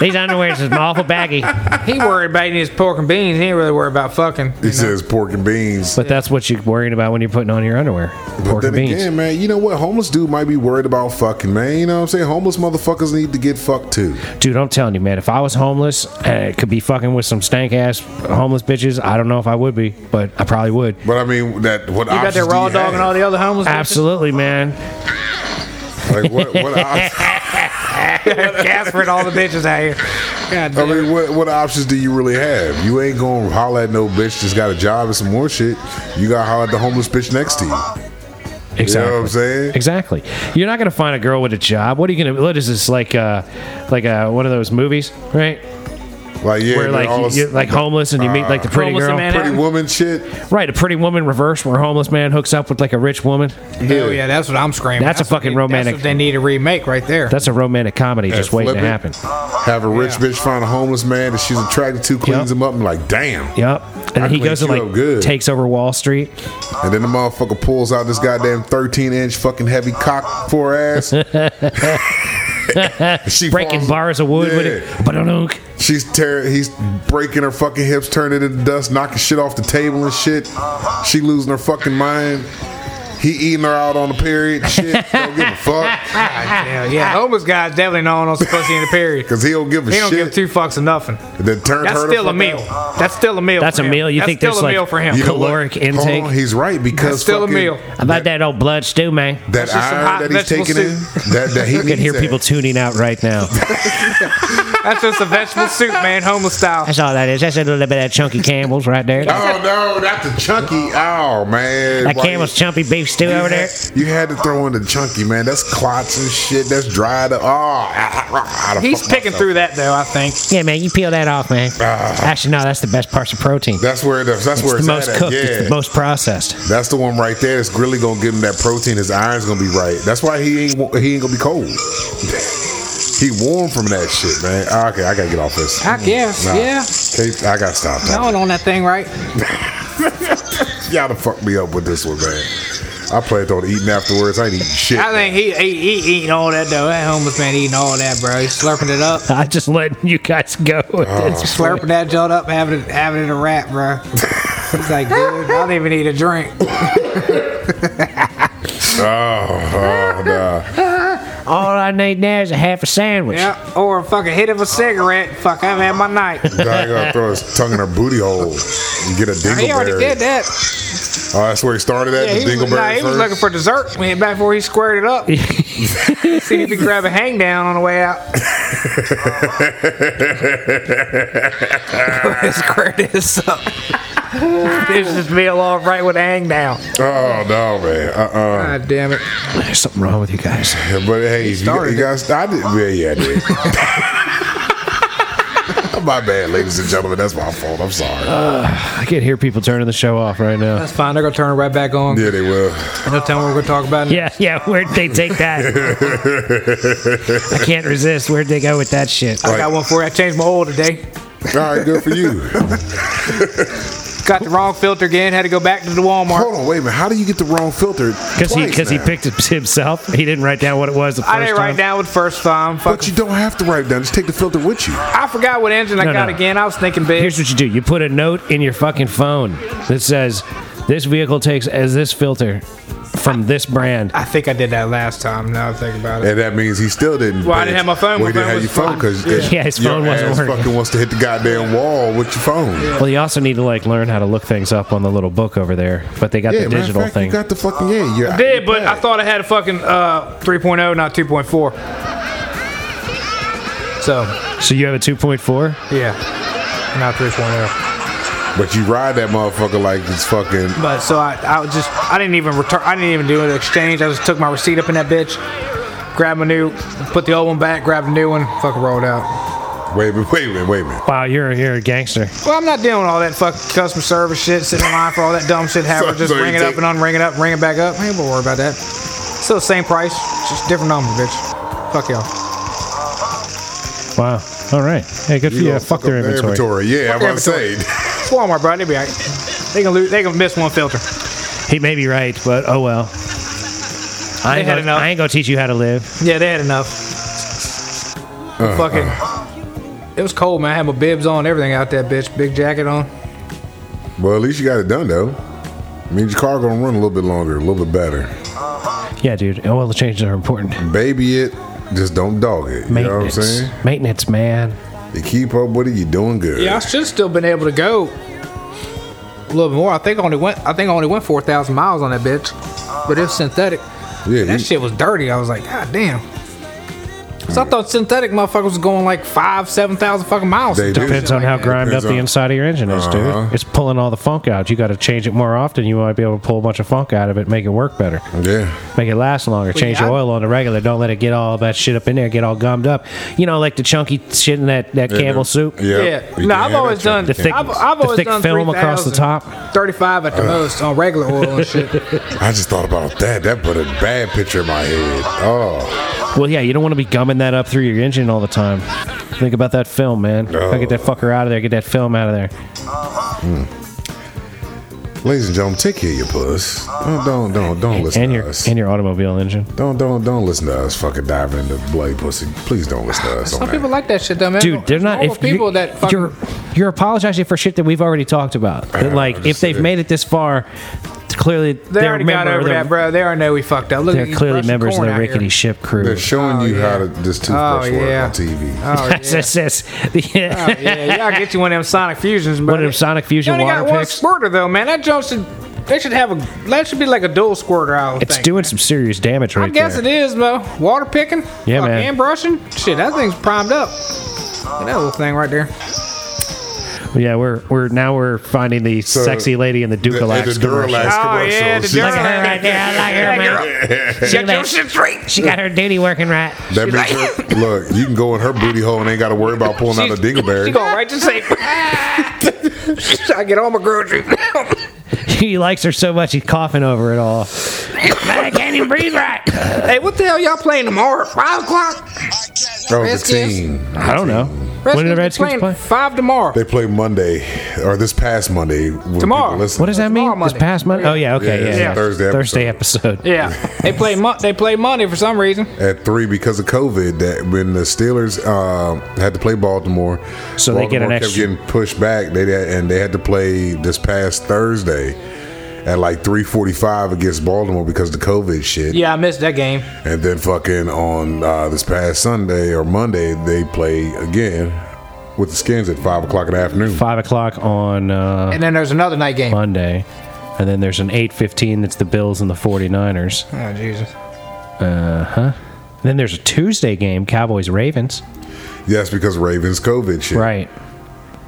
[SPEAKER 1] These underwears is awful baggy,
[SPEAKER 2] He worried about eating his pork and beans. He ain't really worried about fucking.
[SPEAKER 3] he says pork and beans. (laughs)
[SPEAKER 1] but that's what you're worrying about when you're putting on your underwear.
[SPEAKER 3] But
[SPEAKER 1] Pork
[SPEAKER 3] then
[SPEAKER 1] and beans.
[SPEAKER 3] again, man, you know what? Homeless dude might be worried about fucking, man. You know what I'm saying? Homeless motherfuckers need to get fucked too.
[SPEAKER 1] Dude, I'm telling you, man. If I was homeless and it could be fucking with some stank ass homeless bitches, I don't know if I would be, but I probably would.
[SPEAKER 3] But I mean, that what
[SPEAKER 2] You got
[SPEAKER 3] options
[SPEAKER 2] that raw
[SPEAKER 3] do you
[SPEAKER 2] dog and all
[SPEAKER 3] have?
[SPEAKER 2] the other homeless. (laughs)
[SPEAKER 1] Absolutely, man.
[SPEAKER 3] Like what? What, op-
[SPEAKER 2] bitches. Casper and all the bitches out here. God
[SPEAKER 3] I
[SPEAKER 2] damn.
[SPEAKER 3] mean, what, what options do you really have? You ain't gonna holler at no bitch that's got a job and some more shit. You gotta holler at the homeless bitch next to you. You know what I'm
[SPEAKER 1] Exactly.
[SPEAKER 3] saying?
[SPEAKER 1] Exactly. You're not gonna find a girl with a job. What are you gonna? What is this like? Uh, like uh, one of those movies, right?
[SPEAKER 3] Like yeah,
[SPEAKER 1] where
[SPEAKER 3] they're
[SPEAKER 1] like
[SPEAKER 3] all-
[SPEAKER 1] you, are like homeless and you meet like the pretty
[SPEAKER 5] Homeless
[SPEAKER 1] girl,
[SPEAKER 5] man.
[SPEAKER 3] pretty woman shit.
[SPEAKER 1] right? A pretty woman reverse where a homeless man hooks up with like a rich woman.
[SPEAKER 2] Hell yeah, that's what I'm screaming.
[SPEAKER 1] That's a
[SPEAKER 2] what
[SPEAKER 1] fucking
[SPEAKER 2] they-
[SPEAKER 1] romantic-
[SPEAKER 2] That's what they need a remake right there.
[SPEAKER 1] That's a romantic comedy just waiting to
[SPEAKER 3] flip it.
[SPEAKER 1] happen.
[SPEAKER 3] Have a rich bitch find a homeless man that she's attracted to, cleans him up, and like damn.
[SPEAKER 1] Yep. And
[SPEAKER 3] I
[SPEAKER 1] then he
[SPEAKER 3] cleaned
[SPEAKER 1] goes and
[SPEAKER 3] you
[SPEAKER 1] like
[SPEAKER 3] up good.
[SPEAKER 1] takes over Wall Street.
[SPEAKER 3] And then the motherfucker pulls out this goddamn thirteen inch fucking heavy cock for
[SPEAKER 1] (laughs)
[SPEAKER 3] her ass. (laughs) she
[SPEAKER 1] breaking
[SPEAKER 3] falls-
[SPEAKER 1] bars of wood with
[SPEAKER 3] Yeah.
[SPEAKER 1] it. Ba-dunk.
[SPEAKER 3] She's tearing. He's breaking her fucking hips, turning it into dust, knocking shit off the table and shit. She losing her fucking mind. He eating her out on the period. Shit, don't give a fuck
[SPEAKER 2] Hell yeah, homeless guy's definitely not on pussy in the period.
[SPEAKER 3] because he don't give a
[SPEAKER 2] He don't
[SPEAKER 3] shit.
[SPEAKER 2] give two fucks or nothing.
[SPEAKER 3] Then turned
[SPEAKER 2] That's
[SPEAKER 3] her the
[SPEAKER 2] still a
[SPEAKER 3] fuck
[SPEAKER 2] meal.
[SPEAKER 3] out.
[SPEAKER 2] That's still a meal.
[SPEAKER 1] That's
[SPEAKER 2] for
[SPEAKER 1] a
[SPEAKER 2] him.
[SPEAKER 1] meal? You
[SPEAKER 2] that's
[SPEAKER 1] think
[SPEAKER 2] still
[SPEAKER 1] there's,
[SPEAKER 2] a
[SPEAKER 1] like-
[SPEAKER 2] meal for him?
[SPEAKER 3] You know what?
[SPEAKER 1] Caloric
[SPEAKER 3] Hold on,
[SPEAKER 1] intake.
[SPEAKER 3] he's right because
[SPEAKER 2] That's still a
[SPEAKER 3] fucking-
[SPEAKER 2] meal.
[SPEAKER 1] How about that old blood stew, man?
[SPEAKER 3] That
[SPEAKER 2] just some hot
[SPEAKER 3] iron that he's
[SPEAKER 2] vegetable
[SPEAKER 3] taking in, that, that he
[SPEAKER 1] I can hear
[SPEAKER 3] needs
[SPEAKER 1] people
[SPEAKER 3] that.
[SPEAKER 1] tuning out right
[SPEAKER 3] (laughs)
[SPEAKER 1] now.
[SPEAKER 2] That's just a vegetable soup, man, homeless style.
[SPEAKER 1] That's all that is. That's a little bit of that chunky Campbell's right there.
[SPEAKER 3] Oh no, not the chunky. Oh man,
[SPEAKER 1] That
[SPEAKER 3] Why-
[SPEAKER 1] Campbell's chumpy beef stew over there.
[SPEAKER 3] You had to throw in the chunky man. That's clots and shit. That's dried up. Oh, I- I- I- I-
[SPEAKER 2] He's
[SPEAKER 3] fuck
[SPEAKER 2] picking
[SPEAKER 3] myself.
[SPEAKER 2] through that though. I think.
[SPEAKER 1] (laughs) Yeah, man, you peel that off, man. Actually, no, that's the best parts of protein.
[SPEAKER 3] That's where the, that's where
[SPEAKER 1] It's
[SPEAKER 3] it's
[SPEAKER 1] the most
[SPEAKER 3] at.
[SPEAKER 1] cooked.
[SPEAKER 3] yeah,
[SPEAKER 1] It's the most processed.
[SPEAKER 3] that's the one right there. That's really gonna give him that protein. His iron's gonna be right. That's why he ain't wa- he ain't gonna be cold. (laughs) He warm from that shit, man. Ah, Okay, I gotta get off this.
[SPEAKER 2] I guess, yeah.
[SPEAKER 3] Can't- I gotta stop. that.
[SPEAKER 2] Going on that thing, right?
[SPEAKER 3] Y'all to fuck me up with this one, man. I planned on eating afterwards. I ain't eating shit.
[SPEAKER 2] I think he, he he eating all that though. That homeless man eating all that, bro. He's slurping it up,
[SPEAKER 1] I just letting you guys go with this.
[SPEAKER 2] slurping that jolt up, having it having it a wrap, bro. He's like, dude, I don't even need a drink.
[SPEAKER 3] Oh, oh nah.
[SPEAKER 1] All I need now is a half a sandwich.
[SPEAKER 2] Yeah, or a fucking hit of a cigarette. Fuck, I've had
[SPEAKER 3] (laughs)
[SPEAKER 2] my night.
[SPEAKER 3] I gonna throw his tongue in her booty hole and get a dingleberry.
[SPEAKER 2] He already did that.
[SPEAKER 3] Oh, that's where he started at.
[SPEAKER 2] Yeah,
[SPEAKER 3] the
[SPEAKER 2] he, was,
[SPEAKER 3] dingleberry
[SPEAKER 2] nah, he was
[SPEAKER 3] first.
[SPEAKER 2] looking for dessert when back before he squared it (laughs) up. See if he could grab a hang down on the way (laughs)
[SPEAKER 3] (laughs)
[SPEAKER 2] out. squared this up. Finish this meal off right with a hang down.
[SPEAKER 3] oh no, man. Uh uh
[SPEAKER 2] God damn it.
[SPEAKER 1] There's something wrong with you guys.
[SPEAKER 3] But hey, you,
[SPEAKER 2] started
[SPEAKER 3] you guys, I did. Yeah, yeah, I did. (laughs) my bad, ladies and gentlemen. That's my fault. I'm sorry.
[SPEAKER 1] I can hear people turning the show off right now.
[SPEAKER 2] That's fine. They're going to turn it right back on.
[SPEAKER 3] yeah, they will.
[SPEAKER 2] No telling what we're going to talk about.
[SPEAKER 1] Yeah, yeah. Where'd they take that? I can't resist. Where'd they go with that shit?
[SPEAKER 2] I got one for you. I changed my oil today.
[SPEAKER 3] All right, good for (laughs) you.
[SPEAKER 2] Got the wrong filter again. Had to go back to the Walmart.
[SPEAKER 3] Hold on, wait a minute. How do you get the wrong filter?
[SPEAKER 1] Because he
[SPEAKER 3] twice
[SPEAKER 1] because he
[SPEAKER 3] now?
[SPEAKER 1] picked it himself. He didn't write down what it was the first
[SPEAKER 2] I didn't write
[SPEAKER 1] time.
[SPEAKER 2] down with first time.
[SPEAKER 3] But
[SPEAKER 2] Fuck.
[SPEAKER 3] you don't have to write it down. Just take the filter with you.
[SPEAKER 2] I forgot what engine I
[SPEAKER 1] No,
[SPEAKER 2] got
[SPEAKER 1] no.
[SPEAKER 2] again. I was thinking big.
[SPEAKER 1] Here's what you do: you put a note in your fucking phone that says, "This vehicle takes as this filter from this brand."
[SPEAKER 2] I think I did that last time. Now I think about it.
[SPEAKER 3] And that means he still didn't.
[SPEAKER 2] Well, I
[SPEAKER 3] pay
[SPEAKER 2] didn't
[SPEAKER 3] it.
[SPEAKER 2] have my phone.
[SPEAKER 3] Well,
[SPEAKER 2] My
[SPEAKER 3] he didn't
[SPEAKER 2] phone
[SPEAKER 3] have
[SPEAKER 2] was
[SPEAKER 3] your phone because
[SPEAKER 1] Yeah, his phone wasn't working.
[SPEAKER 3] fucking wants to hit the goddamn wall with your phone. Yeah,
[SPEAKER 1] Well, you also need to like learn how to look things up on the little book over there, but they got the
[SPEAKER 3] matter of
[SPEAKER 1] digital
[SPEAKER 3] fact,
[SPEAKER 1] thing.
[SPEAKER 3] You got the fucking yeah. You're,
[SPEAKER 2] I did, but I thought I had a fucking uh, 3.0, not 2.4. So,
[SPEAKER 1] so you have a 2.4.
[SPEAKER 2] yeah. Not oh. 3.0.
[SPEAKER 3] But you ride that motherfucker like it's fucking.
[SPEAKER 2] But so I, I was just, I didn't even return, I didn't even do an exchange. I just took my receipt up in that bitch, grabbed my new, put the old one back, grabbed a new one, fucking rolled out.
[SPEAKER 3] Wait a minute, wait a minute, wait a minute.
[SPEAKER 1] Wow, you're you're a gangster.
[SPEAKER 2] Well, I'm not dealing with all that fucking customer service shit, sitting in line for all that dumb shit. Have her
[SPEAKER 3] So-
[SPEAKER 2] just
[SPEAKER 3] so you
[SPEAKER 2] ring it up
[SPEAKER 3] take-
[SPEAKER 2] and unring it up, ring it back up. I ain't gonna worry about that. Still the same price, just different number, bitch. Fuck y'all.
[SPEAKER 1] Wow. All right. Hey, good for you.
[SPEAKER 3] gonna
[SPEAKER 1] Fuck
[SPEAKER 3] up
[SPEAKER 1] their inventory.
[SPEAKER 3] Yeah, I'm
[SPEAKER 2] their
[SPEAKER 3] about to say.
[SPEAKER 2] It's Walmart, bro. They be like, they gonna lose, they gonna miss one filter.
[SPEAKER 1] He may be right, but oh well. I ain't,
[SPEAKER 2] had
[SPEAKER 1] gonna,
[SPEAKER 2] enough.
[SPEAKER 1] I ain't gonna teach you how to live.
[SPEAKER 2] Yeah, they had enough. Fucking, it was cold, man. I had my bibs on, everything out that bitch, big jacket on.
[SPEAKER 3] Well, at least you got it done though. Means your car gonna run a little bit longer, a little bit better.
[SPEAKER 1] Yeah, dude. Oil changes are important.
[SPEAKER 3] Baby it, just don't dog it. You know what I'm
[SPEAKER 1] Maintenance.
[SPEAKER 3] saying?
[SPEAKER 1] Maintenance, man.
[SPEAKER 3] You keep up with it, you're doing good.
[SPEAKER 2] Yeah, I should still been able to go a little bit more. I think I only went, I think I only went four thousand miles on that bitch, but it's synthetic.
[SPEAKER 3] yeah.
[SPEAKER 2] That
[SPEAKER 3] You,
[SPEAKER 2] shit was dirty. I was like, God damn. So I thought synthetic motherfuckers was going like five, seven thousand fucking miles.
[SPEAKER 3] They do.
[SPEAKER 1] Depends on how grimed up
[SPEAKER 3] Depends
[SPEAKER 1] the
[SPEAKER 3] on-
[SPEAKER 1] inside of your engine is,
[SPEAKER 3] Uh-huh.
[SPEAKER 1] dude. It's pulling all the funk out. You got to change it more often. You might be able to pull a bunch of funk out of it, make it work better,
[SPEAKER 3] Yeah.
[SPEAKER 1] make it last longer. Change
[SPEAKER 2] yeah,
[SPEAKER 1] the
[SPEAKER 2] I-
[SPEAKER 1] oil on the regular. Don't let it get all that shit up in there, get all gummed up. You know, like the chunky shit in that, that Campbell soup.
[SPEAKER 2] Yeah.
[SPEAKER 3] You
[SPEAKER 2] No,
[SPEAKER 3] can
[SPEAKER 2] I've
[SPEAKER 3] have
[SPEAKER 2] always
[SPEAKER 3] that
[SPEAKER 2] done.
[SPEAKER 3] shit.
[SPEAKER 1] The thick-
[SPEAKER 2] I've, I've
[SPEAKER 1] the
[SPEAKER 2] always
[SPEAKER 1] thick
[SPEAKER 2] done
[SPEAKER 1] film across the
[SPEAKER 2] 3,000,
[SPEAKER 1] top.
[SPEAKER 2] Thirty-five at the most on regular oil and shit.
[SPEAKER 3] (laughs) I just thought about that. That put a bad picture in my head. Oh,
[SPEAKER 1] Well, yeah, you don't want to be gumming that up through your engine all the time. Think about that film, man. Gotta get that fucker out of there. Get that film out of there.
[SPEAKER 3] ladies and gentlemen, take care of your puss. Don't don't don't, don't listen
[SPEAKER 1] and
[SPEAKER 3] to
[SPEAKER 1] your
[SPEAKER 3] us.
[SPEAKER 1] and your automobile engine.
[SPEAKER 3] don't don't don't listen to us. Fucking diving into bloody pussy. Please don't listen to us.
[SPEAKER 2] Some
[SPEAKER 3] on that.
[SPEAKER 2] people like that shit, though, man.
[SPEAKER 1] dude they're not
[SPEAKER 2] Normal
[SPEAKER 1] if
[SPEAKER 2] people
[SPEAKER 1] you're,
[SPEAKER 2] that fucking.
[SPEAKER 1] you're you're apologizing for shit that we've already talked about That,
[SPEAKER 3] know,
[SPEAKER 1] like if
[SPEAKER 3] just
[SPEAKER 1] they've
[SPEAKER 3] saying.
[SPEAKER 1] made it this far clearly
[SPEAKER 2] they
[SPEAKER 1] they're
[SPEAKER 2] already got
[SPEAKER 1] member
[SPEAKER 2] over
[SPEAKER 1] of the-
[SPEAKER 2] that, bro. They already know we fucked up. Look,
[SPEAKER 1] they're
[SPEAKER 2] at you
[SPEAKER 1] clearly
[SPEAKER 2] brushing
[SPEAKER 1] members of
[SPEAKER 2] corn
[SPEAKER 1] the
[SPEAKER 2] out here.
[SPEAKER 1] rickety ship
[SPEAKER 3] They're
[SPEAKER 1] (laughs) crew
[SPEAKER 3] showing you
[SPEAKER 2] yeah.
[SPEAKER 3] how to, this
[SPEAKER 2] Oh
[SPEAKER 3] toothbrush works
[SPEAKER 2] yeah.
[SPEAKER 3] on TV.
[SPEAKER 1] (laughs)
[SPEAKER 2] Oh yeah.
[SPEAKER 1] That's- that's- that's-
[SPEAKER 2] Oh, yeah. Y'all get you one of them Sonic Fusions, bro.
[SPEAKER 1] One of them Sonic
[SPEAKER 2] You
[SPEAKER 1] Fusion
[SPEAKER 2] only
[SPEAKER 1] water
[SPEAKER 2] got one
[SPEAKER 1] picks.
[SPEAKER 2] squirter though, man. That jump should. They should have a. That should be like a dual squirter. I
[SPEAKER 1] (laughs)
[SPEAKER 2] would
[SPEAKER 1] It's
[SPEAKER 2] think.
[SPEAKER 1] doing some serious damage
[SPEAKER 2] I
[SPEAKER 1] right
[SPEAKER 2] guess
[SPEAKER 1] there.
[SPEAKER 2] it is, though. Water picking,
[SPEAKER 1] Yeah,
[SPEAKER 2] fuck,
[SPEAKER 1] man.
[SPEAKER 2] hand brushing, shit. That thing's primed up. Look at that little thing right there.
[SPEAKER 1] Yeah, we're we're now we're finding the
[SPEAKER 3] So,
[SPEAKER 1] sexy lady in the
[SPEAKER 3] The,
[SPEAKER 1] Ducalax
[SPEAKER 3] the
[SPEAKER 1] commercial.
[SPEAKER 3] Duralax
[SPEAKER 2] Oh,
[SPEAKER 3] commercial.
[SPEAKER 2] yeah, the
[SPEAKER 3] She's-
[SPEAKER 2] Duralax.
[SPEAKER 1] Look at her right there. I like her, man.
[SPEAKER 3] (laughs)
[SPEAKER 2] She got your shit straight.
[SPEAKER 1] She got her duty working right. (laughs)
[SPEAKER 3] That means her- look, you can go in her booty hole and ain't got to worry about pulling out a dingleberry.
[SPEAKER 2] She going right to safe. I get all my groceries.
[SPEAKER 1] He likes her so much he's coughing over it
[SPEAKER 2] (laughs)
[SPEAKER 1] all. I can't even breathe right.
[SPEAKER 2] hey, what the hell y'all playing tomorrow? Five o'clock.
[SPEAKER 3] oh, the
[SPEAKER 2] Redskins.
[SPEAKER 3] team.
[SPEAKER 1] I don't know. when did the
[SPEAKER 2] Redskins
[SPEAKER 1] Redskins play?
[SPEAKER 2] be playing Five tomorrow.
[SPEAKER 3] They play Monday or this past Monday. when
[SPEAKER 2] Tomorrow.
[SPEAKER 3] people listen.
[SPEAKER 1] What does that mean?
[SPEAKER 2] tomorrow
[SPEAKER 1] This
[SPEAKER 2] Monday.
[SPEAKER 1] past Monday? Oh yeah, okay,
[SPEAKER 3] Yeah,
[SPEAKER 1] yeah.
[SPEAKER 3] it's a
[SPEAKER 1] yeah.
[SPEAKER 3] Thursday
[SPEAKER 1] Thursday episode.
[SPEAKER 2] yeah, they play. Mo- they play Monday for some reason.
[SPEAKER 3] at three because of COVID that when the Steelers um, had to play Baltimore,
[SPEAKER 1] So they get an
[SPEAKER 3] Baltimore
[SPEAKER 1] extra-
[SPEAKER 3] kept getting pushed back. They did- and they had to play this past Thursday at like three forty five against Baltimore because of the COVID shit.
[SPEAKER 2] Yeah, I missed that game.
[SPEAKER 3] And then fucking on uh, this past Sunday or Monday they play again with the Skins at five o'clock in the afternoon.
[SPEAKER 1] Five o'clock on uh,
[SPEAKER 2] And then there's another night game. Oh
[SPEAKER 1] Monday, and then there's an eight fifteen that's the Bills and the 49ers.
[SPEAKER 2] Oh, Jesus.
[SPEAKER 1] And then there's a Tuesday game, Cowboys Ravens.
[SPEAKER 3] Yes, because Ravens COVID shit.
[SPEAKER 1] Right.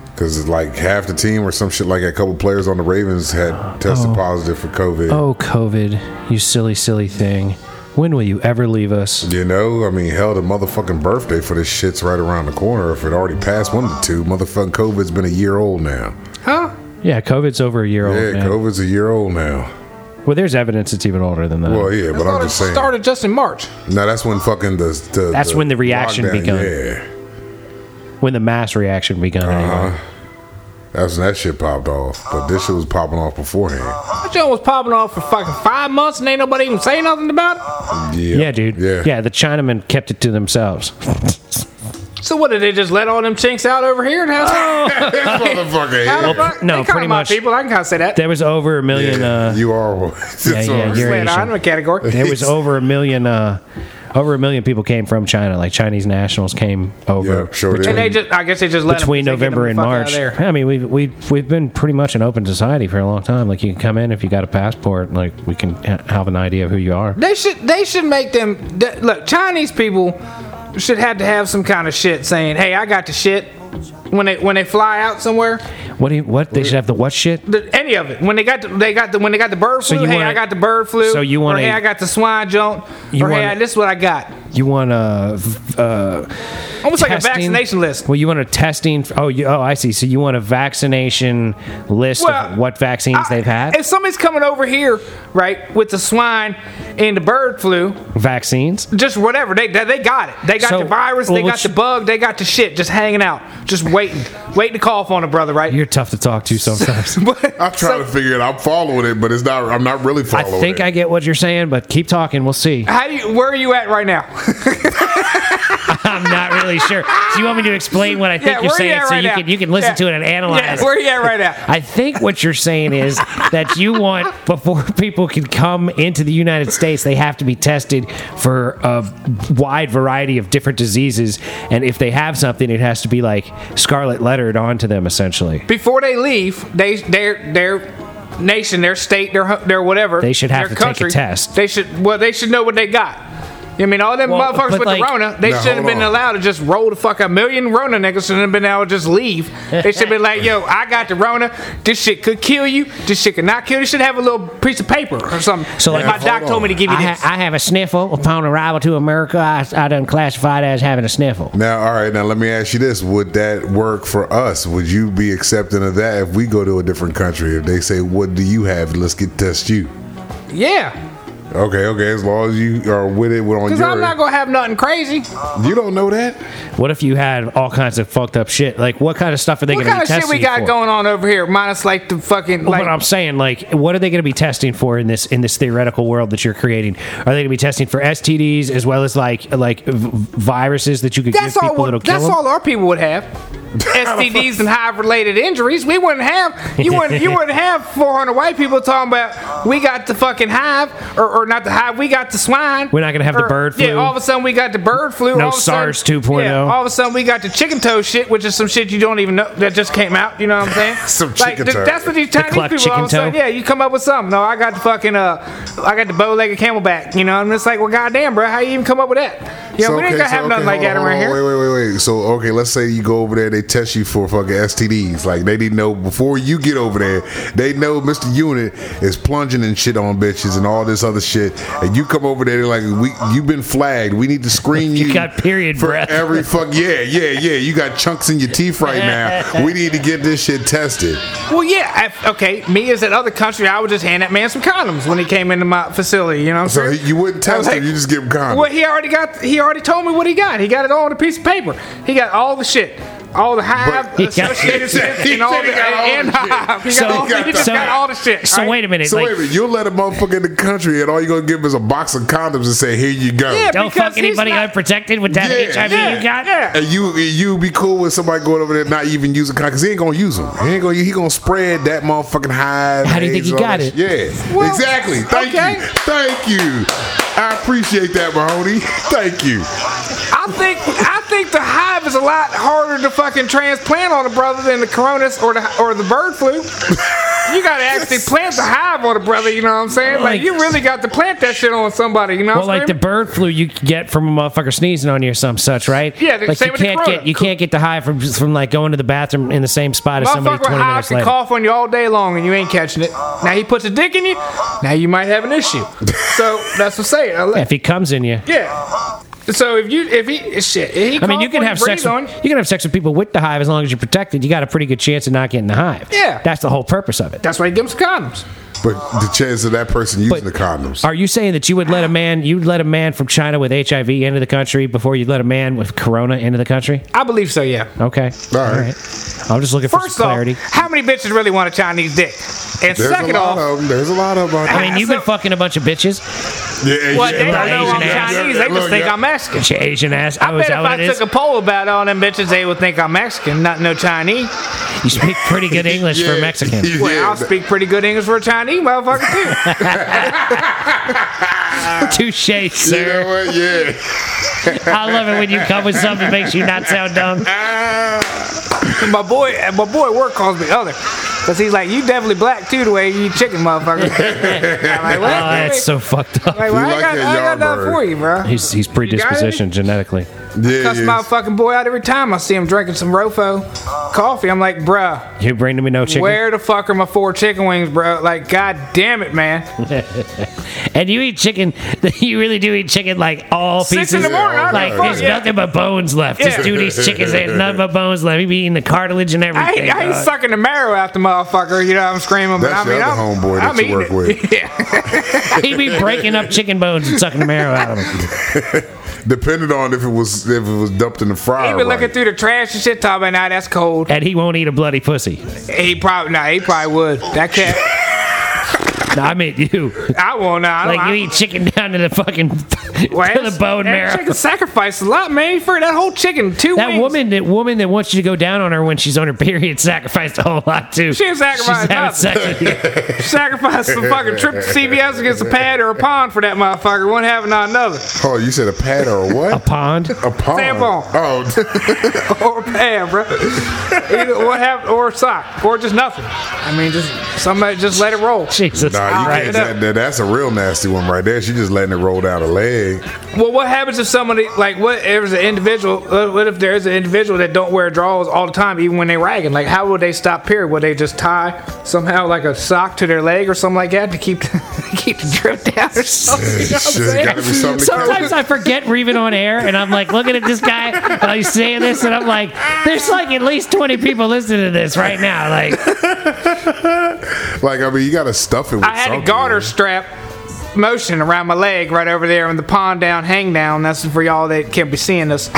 [SPEAKER 3] Because it's like half the team or some shit like that, a couple players on the Ravens had tested positive for COVID.
[SPEAKER 1] Oh COVID, you silly silly thing. When will you ever leave us?
[SPEAKER 3] You know, I mean, hell, the motherfucking birthday for this shit's right around the corner. If it already passed one of the two, motherfucking COVID's been a year old now.
[SPEAKER 2] Huh?
[SPEAKER 1] Yeah, COVID's over a year
[SPEAKER 3] yeah,
[SPEAKER 1] old. Oh, Man.
[SPEAKER 3] COVID's a year old now.
[SPEAKER 1] Well, there's evidence it's even older than that.
[SPEAKER 3] Well, yeah, but I'm
[SPEAKER 2] Started,
[SPEAKER 3] just saying.
[SPEAKER 2] started just in March.
[SPEAKER 3] No, that's when fucking the. the
[SPEAKER 1] That's when the reaction begun.
[SPEAKER 3] Yeah,
[SPEAKER 1] when the mass reaction begun. anyway.
[SPEAKER 3] Uh-huh. that's when that shit popped off. But this shit was popping off beforehand.
[SPEAKER 2] That show was popping off for fucking five months and ain't nobody even saying nothing about
[SPEAKER 3] Yeah,
[SPEAKER 1] Yeah, dude.
[SPEAKER 3] Yeah,
[SPEAKER 1] yeah, the Chinamen kept it to themselves.
[SPEAKER 2] it. So what did they just let all them chinks out over here? And how's
[SPEAKER 1] (laughs)
[SPEAKER 3] This motherfucker.
[SPEAKER 2] how
[SPEAKER 3] here.
[SPEAKER 2] the fuck?
[SPEAKER 1] no,
[SPEAKER 2] they kinda
[SPEAKER 1] pretty
[SPEAKER 2] my
[SPEAKER 1] much.
[SPEAKER 2] People, I can kind of say that.
[SPEAKER 1] There was over a million.
[SPEAKER 3] Yeah,
[SPEAKER 1] Uh,
[SPEAKER 3] you are. one. (laughs) That's
[SPEAKER 1] yeah,
[SPEAKER 3] what
[SPEAKER 1] you're
[SPEAKER 3] I'm
[SPEAKER 2] Wait, I'm in a category.
[SPEAKER 1] There was over a million. Uh, over a million people came from China. Like Chinese nationals came over
[SPEAKER 3] Yeah, sure did.
[SPEAKER 2] and they just, I guess they just let 'em-
[SPEAKER 1] between
[SPEAKER 2] they get 'em
[SPEAKER 1] November
[SPEAKER 2] the
[SPEAKER 1] and
[SPEAKER 2] fuck outta
[SPEAKER 1] March.
[SPEAKER 2] there.
[SPEAKER 1] I mean, we've we've we've been pretty much an open society for a long time. Like you can come in if you got a passport. Like we can ha- have an idea of who you are.
[SPEAKER 2] They should they should make them th- look Chinese people should have to have some kind of shit saying, "Hey, I got the shit." When they when they fly out somewhere,
[SPEAKER 1] What do you, what they should have the what shit?
[SPEAKER 2] the, any of it. When they got the, they got the when they got the bird
[SPEAKER 1] So
[SPEAKER 2] flu,
[SPEAKER 1] you
[SPEAKER 2] hey,
[SPEAKER 1] want
[SPEAKER 2] I
[SPEAKER 1] a-
[SPEAKER 2] got the bird flu.
[SPEAKER 1] so you want
[SPEAKER 2] or,
[SPEAKER 1] a-
[SPEAKER 2] hey, I got the swine joint.
[SPEAKER 1] You
[SPEAKER 2] Or hey,
[SPEAKER 1] want-
[SPEAKER 2] I- this is what I got.
[SPEAKER 1] You want a v- uh,
[SPEAKER 2] Almost like
[SPEAKER 1] testing-
[SPEAKER 2] a vaccination list.
[SPEAKER 1] Well, you want a testing. Oh, you, oh, I see. So you want a vaccination list
[SPEAKER 2] Well,
[SPEAKER 1] of what vaccines
[SPEAKER 2] I-
[SPEAKER 1] they've had?
[SPEAKER 2] If somebody's coming over here, right, with the swine and the bird flu,
[SPEAKER 1] Vaccines.
[SPEAKER 2] just whatever they they, they got it. They got
[SPEAKER 1] So,
[SPEAKER 2] the virus,
[SPEAKER 1] well,
[SPEAKER 2] they got
[SPEAKER 1] which-
[SPEAKER 2] the bug, they got the shit, just hanging out, just waiting, waiting to cough on a brother, right? (laughs)
[SPEAKER 1] You're tough to talk to sometimes.
[SPEAKER 2] But-
[SPEAKER 3] I'm trying to figure it. I'm following it, but it's not. I'm not really
[SPEAKER 1] I
[SPEAKER 3] following.
[SPEAKER 1] think
[SPEAKER 3] it.
[SPEAKER 1] I get what you're saying, but keep talking. We'll see.
[SPEAKER 2] How do you? Where are you at right now?
[SPEAKER 1] (laughs) I'm not really sure. So you want me to explain
[SPEAKER 2] (laughs)
[SPEAKER 1] what I think
[SPEAKER 2] Yeah,
[SPEAKER 1] you're
[SPEAKER 2] where you
[SPEAKER 1] saying,
[SPEAKER 2] at
[SPEAKER 1] so
[SPEAKER 2] right
[SPEAKER 1] you
[SPEAKER 2] now?
[SPEAKER 1] can you can listen
[SPEAKER 2] Yeah.
[SPEAKER 1] to it and analyze.
[SPEAKER 2] yeah,
[SPEAKER 1] it.
[SPEAKER 2] where are you at
[SPEAKER 1] (laughs)
[SPEAKER 2] right now?
[SPEAKER 1] I think what you're saying is that you want before people can come into the United States, they have to be tested for a wide variety of different diseases, and if they have something, it has to be like scarlet lettered onto them, essentially.
[SPEAKER 2] Before they leave, they their their nation, their state, their hu- their whatever,
[SPEAKER 1] They should have
[SPEAKER 2] their
[SPEAKER 1] to take a test.
[SPEAKER 2] They should well, they should know what they got. You mean all them
[SPEAKER 1] Well,
[SPEAKER 2] motherfuckers
[SPEAKER 1] but
[SPEAKER 2] with
[SPEAKER 1] like-
[SPEAKER 2] the Rona? They
[SPEAKER 3] Now,
[SPEAKER 2] shouldn't have
[SPEAKER 3] hold
[SPEAKER 2] been
[SPEAKER 3] on.
[SPEAKER 2] allowed to just roll the fuck a million Rona niggas shouldn't have been able to just
[SPEAKER 1] (laughs)
[SPEAKER 2] leave. They should have been like, yo, I got the Rona. This shit could kill you. This shit could not kill you. You should have a little piece of paper or something.
[SPEAKER 1] So,
[SPEAKER 2] So
[SPEAKER 1] like,
[SPEAKER 2] like my
[SPEAKER 3] hold
[SPEAKER 2] doc
[SPEAKER 3] on.
[SPEAKER 2] told me to give you
[SPEAKER 1] I,
[SPEAKER 2] this.
[SPEAKER 1] ha- I have a sniffle. Upon arrival to America, I, I done classified as having a sniffle.
[SPEAKER 3] Now, all right. Now, let me ask you this: Would that work for us? Would you be accepting of that if we go to a different country? If they say, "What do you have? Let's get test you."
[SPEAKER 2] yeah,
[SPEAKER 3] Okay, okay. As long as you are with it, with on
[SPEAKER 2] because
[SPEAKER 3] your,
[SPEAKER 2] I'm not gonna have nothing crazy.
[SPEAKER 3] you don't know that.
[SPEAKER 1] What if you had all kinds of fucked up shit? Like, what kind of stuff are they
[SPEAKER 2] What
[SPEAKER 1] going to be
[SPEAKER 2] kind of
[SPEAKER 1] testing
[SPEAKER 2] shit we
[SPEAKER 1] you
[SPEAKER 2] got
[SPEAKER 1] for?
[SPEAKER 2] going on over here? Minus like the fucking
[SPEAKER 1] Well,
[SPEAKER 2] like
[SPEAKER 1] but I'm saying, like, what are they going to be testing for in this in this theoretical world that you're creating? Are they going to be testing for STDs as well as like like v- viruses that you could
[SPEAKER 2] That's
[SPEAKER 1] give
[SPEAKER 2] all.
[SPEAKER 1] people that'll kill
[SPEAKER 2] That's
[SPEAKER 1] them?
[SPEAKER 2] all our people
[SPEAKER 1] (laughs)
[SPEAKER 2] would have. STDs and hive related injuries. We wouldn't have. You wouldn't. You
[SPEAKER 1] (laughs)
[SPEAKER 2] wouldn't have 400 white people talking about we got the fucking hive or, or not the hive. We got the swine.
[SPEAKER 1] We're not gonna have the
[SPEAKER 2] Or-
[SPEAKER 1] bird
[SPEAKER 2] Yeah.
[SPEAKER 1] flu.
[SPEAKER 2] All of a sudden we got the bird flu.
[SPEAKER 1] No
[SPEAKER 2] all of a
[SPEAKER 1] SARS oh.
[SPEAKER 2] sudden-
[SPEAKER 1] 2.0.
[SPEAKER 2] yeah, all of a sudden we got the chicken toe shit, which is some shit you don't even know that just came out. You know what
[SPEAKER 1] (laughs)
[SPEAKER 2] I'm saying?
[SPEAKER 3] Some chicken
[SPEAKER 2] th-
[SPEAKER 3] toe.
[SPEAKER 2] That's what these Chinese
[SPEAKER 1] cluck
[SPEAKER 2] people.
[SPEAKER 1] chicken
[SPEAKER 2] all of a sudden,
[SPEAKER 1] toe?
[SPEAKER 2] yeah, you come up with something. No, I got the fucking uh, I got the bow-legged camelback. You know, and it's like, well, goddamn, bro, how you even come up with that? Yeah,
[SPEAKER 3] So,
[SPEAKER 2] we ain't
[SPEAKER 3] okay,
[SPEAKER 2] gonna
[SPEAKER 3] so,
[SPEAKER 2] have nothing
[SPEAKER 3] okay,
[SPEAKER 2] like
[SPEAKER 3] hold
[SPEAKER 2] that
[SPEAKER 3] on,
[SPEAKER 2] around
[SPEAKER 3] hold on,
[SPEAKER 2] here.
[SPEAKER 3] Wait, wait, wait, wait. So, okay, let's say you go over there, they test you for fucking STDs. Like they didn't know before you get over there, they know Mr. Unit is plunging and shit on bitches and all this other shit. And you come over there, they're like, we, you've been flagged. We need to screen
[SPEAKER 1] (laughs)
[SPEAKER 3] you.
[SPEAKER 1] You got period
[SPEAKER 3] for
[SPEAKER 1] breath.
[SPEAKER 3] every fuck. Yeah, yeah, yeah. You got chunks in your teeth right now. We need to get this shit tested.
[SPEAKER 2] Well, yeah, I, okay. Me as that other country, I would just hand that man some condoms when he came into my facility. You know what I'm
[SPEAKER 3] So
[SPEAKER 2] saying?
[SPEAKER 3] you wouldn't test
[SPEAKER 2] Like-
[SPEAKER 3] him. You just give him condoms.
[SPEAKER 2] Well, he already got. He already told me what he got. He got it all on a piece of paper. He got all the shit, all the
[SPEAKER 3] But- (laughs)
[SPEAKER 2] hive
[SPEAKER 3] He
[SPEAKER 1] got-
[SPEAKER 2] associated shit,
[SPEAKER 3] He
[SPEAKER 2] and all the
[SPEAKER 3] said he got all
[SPEAKER 2] and
[SPEAKER 3] the shit.
[SPEAKER 2] hive. He
[SPEAKER 1] So-
[SPEAKER 2] got all. He just
[SPEAKER 1] so-
[SPEAKER 2] got all the shit.
[SPEAKER 1] So
[SPEAKER 2] right?
[SPEAKER 1] wait a minute,
[SPEAKER 3] so
[SPEAKER 1] like,
[SPEAKER 3] wait a minute, you'll let a motherfucker in the country and all you're gonna give him is a box of condoms and say, here you go.
[SPEAKER 2] Yeah,
[SPEAKER 1] don't fuck
[SPEAKER 2] because he's
[SPEAKER 1] anybody
[SPEAKER 2] not-
[SPEAKER 1] unprotected with that
[SPEAKER 3] Yeah,
[SPEAKER 1] HIV
[SPEAKER 2] Yeah,
[SPEAKER 1] you got.
[SPEAKER 2] yeah.
[SPEAKER 3] And you you be cool with somebody going over there not even using condoms because he ain't gonna use them. He ain't gonna he gonna spread that motherfucking high.
[SPEAKER 1] How do you think he
[SPEAKER 3] and all
[SPEAKER 1] got
[SPEAKER 3] that
[SPEAKER 1] it?
[SPEAKER 3] shit. Yeah,
[SPEAKER 2] Well,
[SPEAKER 3] exactly. Thank
[SPEAKER 2] okay.
[SPEAKER 3] you, thank you. I appreciate that, Mahoney. (laughs) Thank you.
[SPEAKER 2] I think I think the hive is a lot harder to fucking transplant on a brother than the coronas or the or the bird flu. You
[SPEAKER 3] (laughs)
[SPEAKER 2] gotta actually plant the hive on a brother. You know what I'm saying? Like,
[SPEAKER 1] Like-
[SPEAKER 2] you really got to plant that shit on somebody. You know?
[SPEAKER 1] Well,
[SPEAKER 2] what I'm
[SPEAKER 1] like the
[SPEAKER 2] saying?
[SPEAKER 1] bird flu you could get from a motherfucker sneezing on you or some such, right?
[SPEAKER 2] Yeah, the
[SPEAKER 1] like
[SPEAKER 2] same
[SPEAKER 1] you
[SPEAKER 2] with the
[SPEAKER 1] can't
[SPEAKER 2] corona.
[SPEAKER 1] get you can't get the high from just from like going to the bathroom in the same spot as somebody
[SPEAKER 2] Motherfucker with
[SPEAKER 1] twenty
[SPEAKER 2] hives
[SPEAKER 1] minutes
[SPEAKER 2] can
[SPEAKER 1] later.
[SPEAKER 2] cough on you all day long and you ain't catching it. Now he puts a dick in you. Now you might have
[SPEAKER 1] (laughs)
[SPEAKER 2] an issue. So that's what I'm saying. I like-
[SPEAKER 1] If he comes in you,
[SPEAKER 2] Yeah. So if you if he shit, if he
[SPEAKER 1] I mean, you can have sex. With,
[SPEAKER 2] on.
[SPEAKER 1] you can have sex with people with the hive as long as you're protected. You got a pretty good chance of not getting the hive.
[SPEAKER 2] Yeah.
[SPEAKER 1] that's the whole purpose of it.
[SPEAKER 2] That's why you give him some condoms.
[SPEAKER 3] But the chance of that person
[SPEAKER 1] But
[SPEAKER 3] using the condoms.
[SPEAKER 1] Are you saying that you would let a man you would let a man from China with HIV into the country before you let a man with Corona into the country?
[SPEAKER 2] I believe so. Yeah.
[SPEAKER 1] Okay,
[SPEAKER 3] All right.
[SPEAKER 1] I'm just looking for
[SPEAKER 2] First
[SPEAKER 1] some clarity.
[SPEAKER 2] off, how many bitches really want a Chinese dick? And
[SPEAKER 3] There's a
[SPEAKER 2] second
[SPEAKER 3] lot
[SPEAKER 2] off,
[SPEAKER 3] of them. There's a lot of them. out
[SPEAKER 1] I
[SPEAKER 3] there.
[SPEAKER 1] mean, you've
[SPEAKER 2] so-
[SPEAKER 1] been fucking a bunch of bitches,
[SPEAKER 3] Yeah,
[SPEAKER 2] what they
[SPEAKER 1] Asian
[SPEAKER 2] don't
[SPEAKER 1] ass.
[SPEAKER 2] know I'm
[SPEAKER 1] Asian ass.
[SPEAKER 2] Chinese. They just
[SPEAKER 3] Look,
[SPEAKER 2] think
[SPEAKER 3] yeah.
[SPEAKER 2] I'm Mexican.
[SPEAKER 1] bunch of Asian ass.
[SPEAKER 2] I
[SPEAKER 1] Oh, is
[SPEAKER 2] bet if
[SPEAKER 1] that what
[SPEAKER 2] I
[SPEAKER 1] it is?
[SPEAKER 2] took a poll about all them bitches, they would think I'm Mexican, not no Chinese.
[SPEAKER 1] you speak pretty
[SPEAKER 2] (laughs)
[SPEAKER 1] good English for a
[SPEAKER 3] Yeah.
[SPEAKER 1] Mexican.
[SPEAKER 3] Yeah.
[SPEAKER 2] Well, I'll speak pretty good English for a Chinese motherfucker too.
[SPEAKER 1] Touche,
[SPEAKER 3] You
[SPEAKER 1] sir.
[SPEAKER 3] know what? Yeah.
[SPEAKER 1] I love it when you come with something that makes you not sound
[SPEAKER 2] (laughs)
[SPEAKER 1] dumb. Oh,
[SPEAKER 3] (laughs)
[SPEAKER 2] my boy, my boy, at work calls me other, cause he's like, you definitely black too, the way you eat chicken,
[SPEAKER 1] (laughs)
[SPEAKER 2] motherfucker. I'm like,
[SPEAKER 1] Oh,
[SPEAKER 2] what?
[SPEAKER 1] that's so fucked up.
[SPEAKER 2] like, well, I,
[SPEAKER 3] You like
[SPEAKER 2] got,
[SPEAKER 3] that
[SPEAKER 2] I got nothing
[SPEAKER 3] Yardbird.
[SPEAKER 2] for you, bro.
[SPEAKER 1] He's he's predispositioned genetically.
[SPEAKER 3] Yeah,
[SPEAKER 2] (laughs) Cuss
[SPEAKER 3] yeah.
[SPEAKER 2] my fucking boy out every time I see him drinking some Rofo coffee. I'm like, bruh,
[SPEAKER 1] You bring to me no chicken.
[SPEAKER 2] where the fuck are my four chicken wings, bro? Like, god damn
[SPEAKER 1] (laughs)
[SPEAKER 2] it, man.
[SPEAKER 1] And you eat chicken. (laughs) You really do eat chicken like all
[SPEAKER 2] Six
[SPEAKER 1] pieces.
[SPEAKER 2] in the morning, I don't
[SPEAKER 1] like
[SPEAKER 2] give a fuck,
[SPEAKER 1] there's
[SPEAKER 2] yeah.
[SPEAKER 1] nothing but bones left. Just
[SPEAKER 2] Yeah.
[SPEAKER 1] do these chickens. There's nothing but bones left. You be eating the cartilage and
[SPEAKER 2] I
[SPEAKER 1] everything.
[SPEAKER 2] ain't, I ain't
[SPEAKER 1] dog.
[SPEAKER 2] sucking the marrow out the motherfucker. You know what I'm screaming? But
[SPEAKER 3] That's
[SPEAKER 2] I mean,
[SPEAKER 3] the other
[SPEAKER 2] I'm,
[SPEAKER 3] homeboy that
[SPEAKER 2] I'm
[SPEAKER 3] you
[SPEAKER 2] eating
[SPEAKER 3] work
[SPEAKER 2] it.
[SPEAKER 3] with.
[SPEAKER 2] Yeah.
[SPEAKER 1] he be breaking up chicken bones and sucking the marrow out of them.
[SPEAKER 3] Depending on if it was if it was dumped in the fryer.
[SPEAKER 2] he be looking
[SPEAKER 3] right.
[SPEAKER 2] through the trash and shit, talking about, nah, that's cold.
[SPEAKER 1] And he won't eat a bloody pussy.
[SPEAKER 2] He probably, nah, he probably would. That cat,
[SPEAKER 1] No, I meant you.
[SPEAKER 2] I won't, nah. I don't-
[SPEAKER 1] Like
[SPEAKER 2] I-
[SPEAKER 1] you eat chicken down to the fucking (laughs) to the
[SPEAKER 2] that's-
[SPEAKER 1] bone
[SPEAKER 2] that
[SPEAKER 1] marrow.
[SPEAKER 2] Chicken sacrificed a lot, man. For that whole chicken, two
[SPEAKER 1] That
[SPEAKER 2] wings.
[SPEAKER 1] woman, that woman that wants you to go down on her when she's on her period, (laughs) sacrificed a whole lot too.
[SPEAKER 2] She didn't sacrifice
[SPEAKER 1] She's having sex
[SPEAKER 2] nothing.
[SPEAKER 1] with you.
[SPEAKER 2] sacrificed some fucking trip to CVS against a pad or a pond for that motherfucker. One having not another. (laughs)
[SPEAKER 3] Oh, you said a pad or a what?
[SPEAKER 1] A pond.
[SPEAKER 3] A pond.
[SPEAKER 2] Tampon.
[SPEAKER 3] Oh, (laughs)
[SPEAKER 2] Or a pad, bro. Either one have or a sock or just nothing. I mean, just somebody just let it roll.
[SPEAKER 1] Jesus.
[SPEAKER 3] nah, Nah, you
[SPEAKER 2] I'll
[SPEAKER 3] can't.
[SPEAKER 2] pick it up.
[SPEAKER 3] That, that- that's a real nasty one right there. She just letting it roll down her
[SPEAKER 2] (laughs)
[SPEAKER 3] leg.
[SPEAKER 2] Well, what happens if somebody like what if there's an individual? What what if there's an individual that don't wear drawers all the time, even when they ragging? Like, how would they stop period? Would they just tie somehow like a sock to their leg or something like that to keep keep the (laughs) drip down or something? You know what I'm
[SPEAKER 3] Shit,
[SPEAKER 2] saying?
[SPEAKER 3] gotta be something to
[SPEAKER 1] Sometimes I forget we're even on air, and I'm like looking at this guy, and I'm saying this, and I'm like, there's like at least 20 people listening to this right now. Like,
[SPEAKER 3] Like I mean, you gotta stuff it. with
[SPEAKER 2] I had a
[SPEAKER 3] something.
[SPEAKER 2] garter strap motion around my leg right over there in the pond down hang down. That's for y'all that can't be seeing us.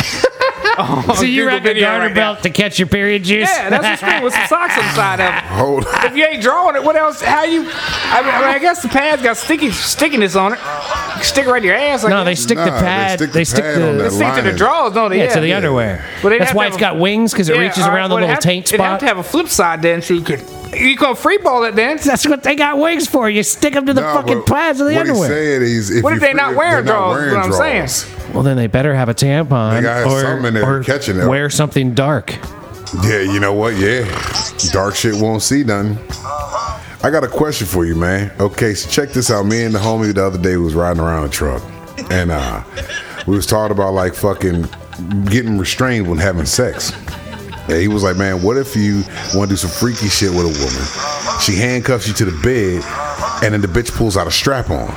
[SPEAKER 1] so you rock a garter belt to catch your period juice?
[SPEAKER 2] Yeah, that's
[SPEAKER 1] (laughs)
[SPEAKER 2] what's great with some socks on the
[SPEAKER 3] (laughs)
[SPEAKER 2] side of it.
[SPEAKER 3] Hold.
[SPEAKER 2] If you ain't drawing it, what else? How you? I mean, I, mean, I guess the pad's got sticky stickiness on it. You can stick it right to your ass. I
[SPEAKER 1] no, they
[SPEAKER 2] guess.
[SPEAKER 1] stick the
[SPEAKER 3] Nah, they
[SPEAKER 1] pad.
[SPEAKER 3] stick the
[SPEAKER 1] They stick
[SPEAKER 3] pad on
[SPEAKER 1] the.
[SPEAKER 3] that
[SPEAKER 2] stick to the
[SPEAKER 3] lining.
[SPEAKER 2] drawers, don't they?
[SPEAKER 1] Yeah, to the underwear.
[SPEAKER 2] But they'd
[SPEAKER 1] That's
[SPEAKER 2] have
[SPEAKER 1] why
[SPEAKER 2] to
[SPEAKER 1] it's
[SPEAKER 2] have
[SPEAKER 1] got wings because it
[SPEAKER 2] Yeah,
[SPEAKER 1] reaches
[SPEAKER 2] all right,
[SPEAKER 1] around the
[SPEAKER 2] well, it'd
[SPEAKER 1] little taint
[SPEAKER 2] have- It'd have
[SPEAKER 1] spot.
[SPEAKER 2] to have a flip side then, so you could you gonna free ball it then.
[SPEAKER 1] That's what they got wings for. You stick them to the
[SPEAKER 3] Nah,
[SPEAKER 1] fucking
[SPEAKER 3] but
[SPEAKER 1] pads of the
[SPEAKER 3] what
[SPEAKER 1] underwear.
[SPEAKER 3] He's saying is if
[SPEAKER 2] What if
[SPEAKER 3] you
[SPEAKER 2] they
[SPEAKER 3] figure
[SPEAKER 2] not wearing
[SPEAKER 3] they're
[SPEAKER 2] drawers, is what I'm saying.
[SPEAKER 6] Well, then they better have a tampon
[SPEAKER 3] They gotta have something in there
[SPEAKER 6] or, or
[SPEAKER 3] catching it.
[SPEAKER 6] wear something dark.
[SPEAKER 3] Yeah, you know what? Yeah, dark shit won't see nothing. I got a question for you, man. Okay, so check this out. Me and the homie the other day was riding around a truck, and uh, we was talking about like fucking getting restrained when having sex. And he was like, "Man, what if you want to do some freaky shit with a woman? She handcuffs you to the bed, and then the bitch pulls out a strap on."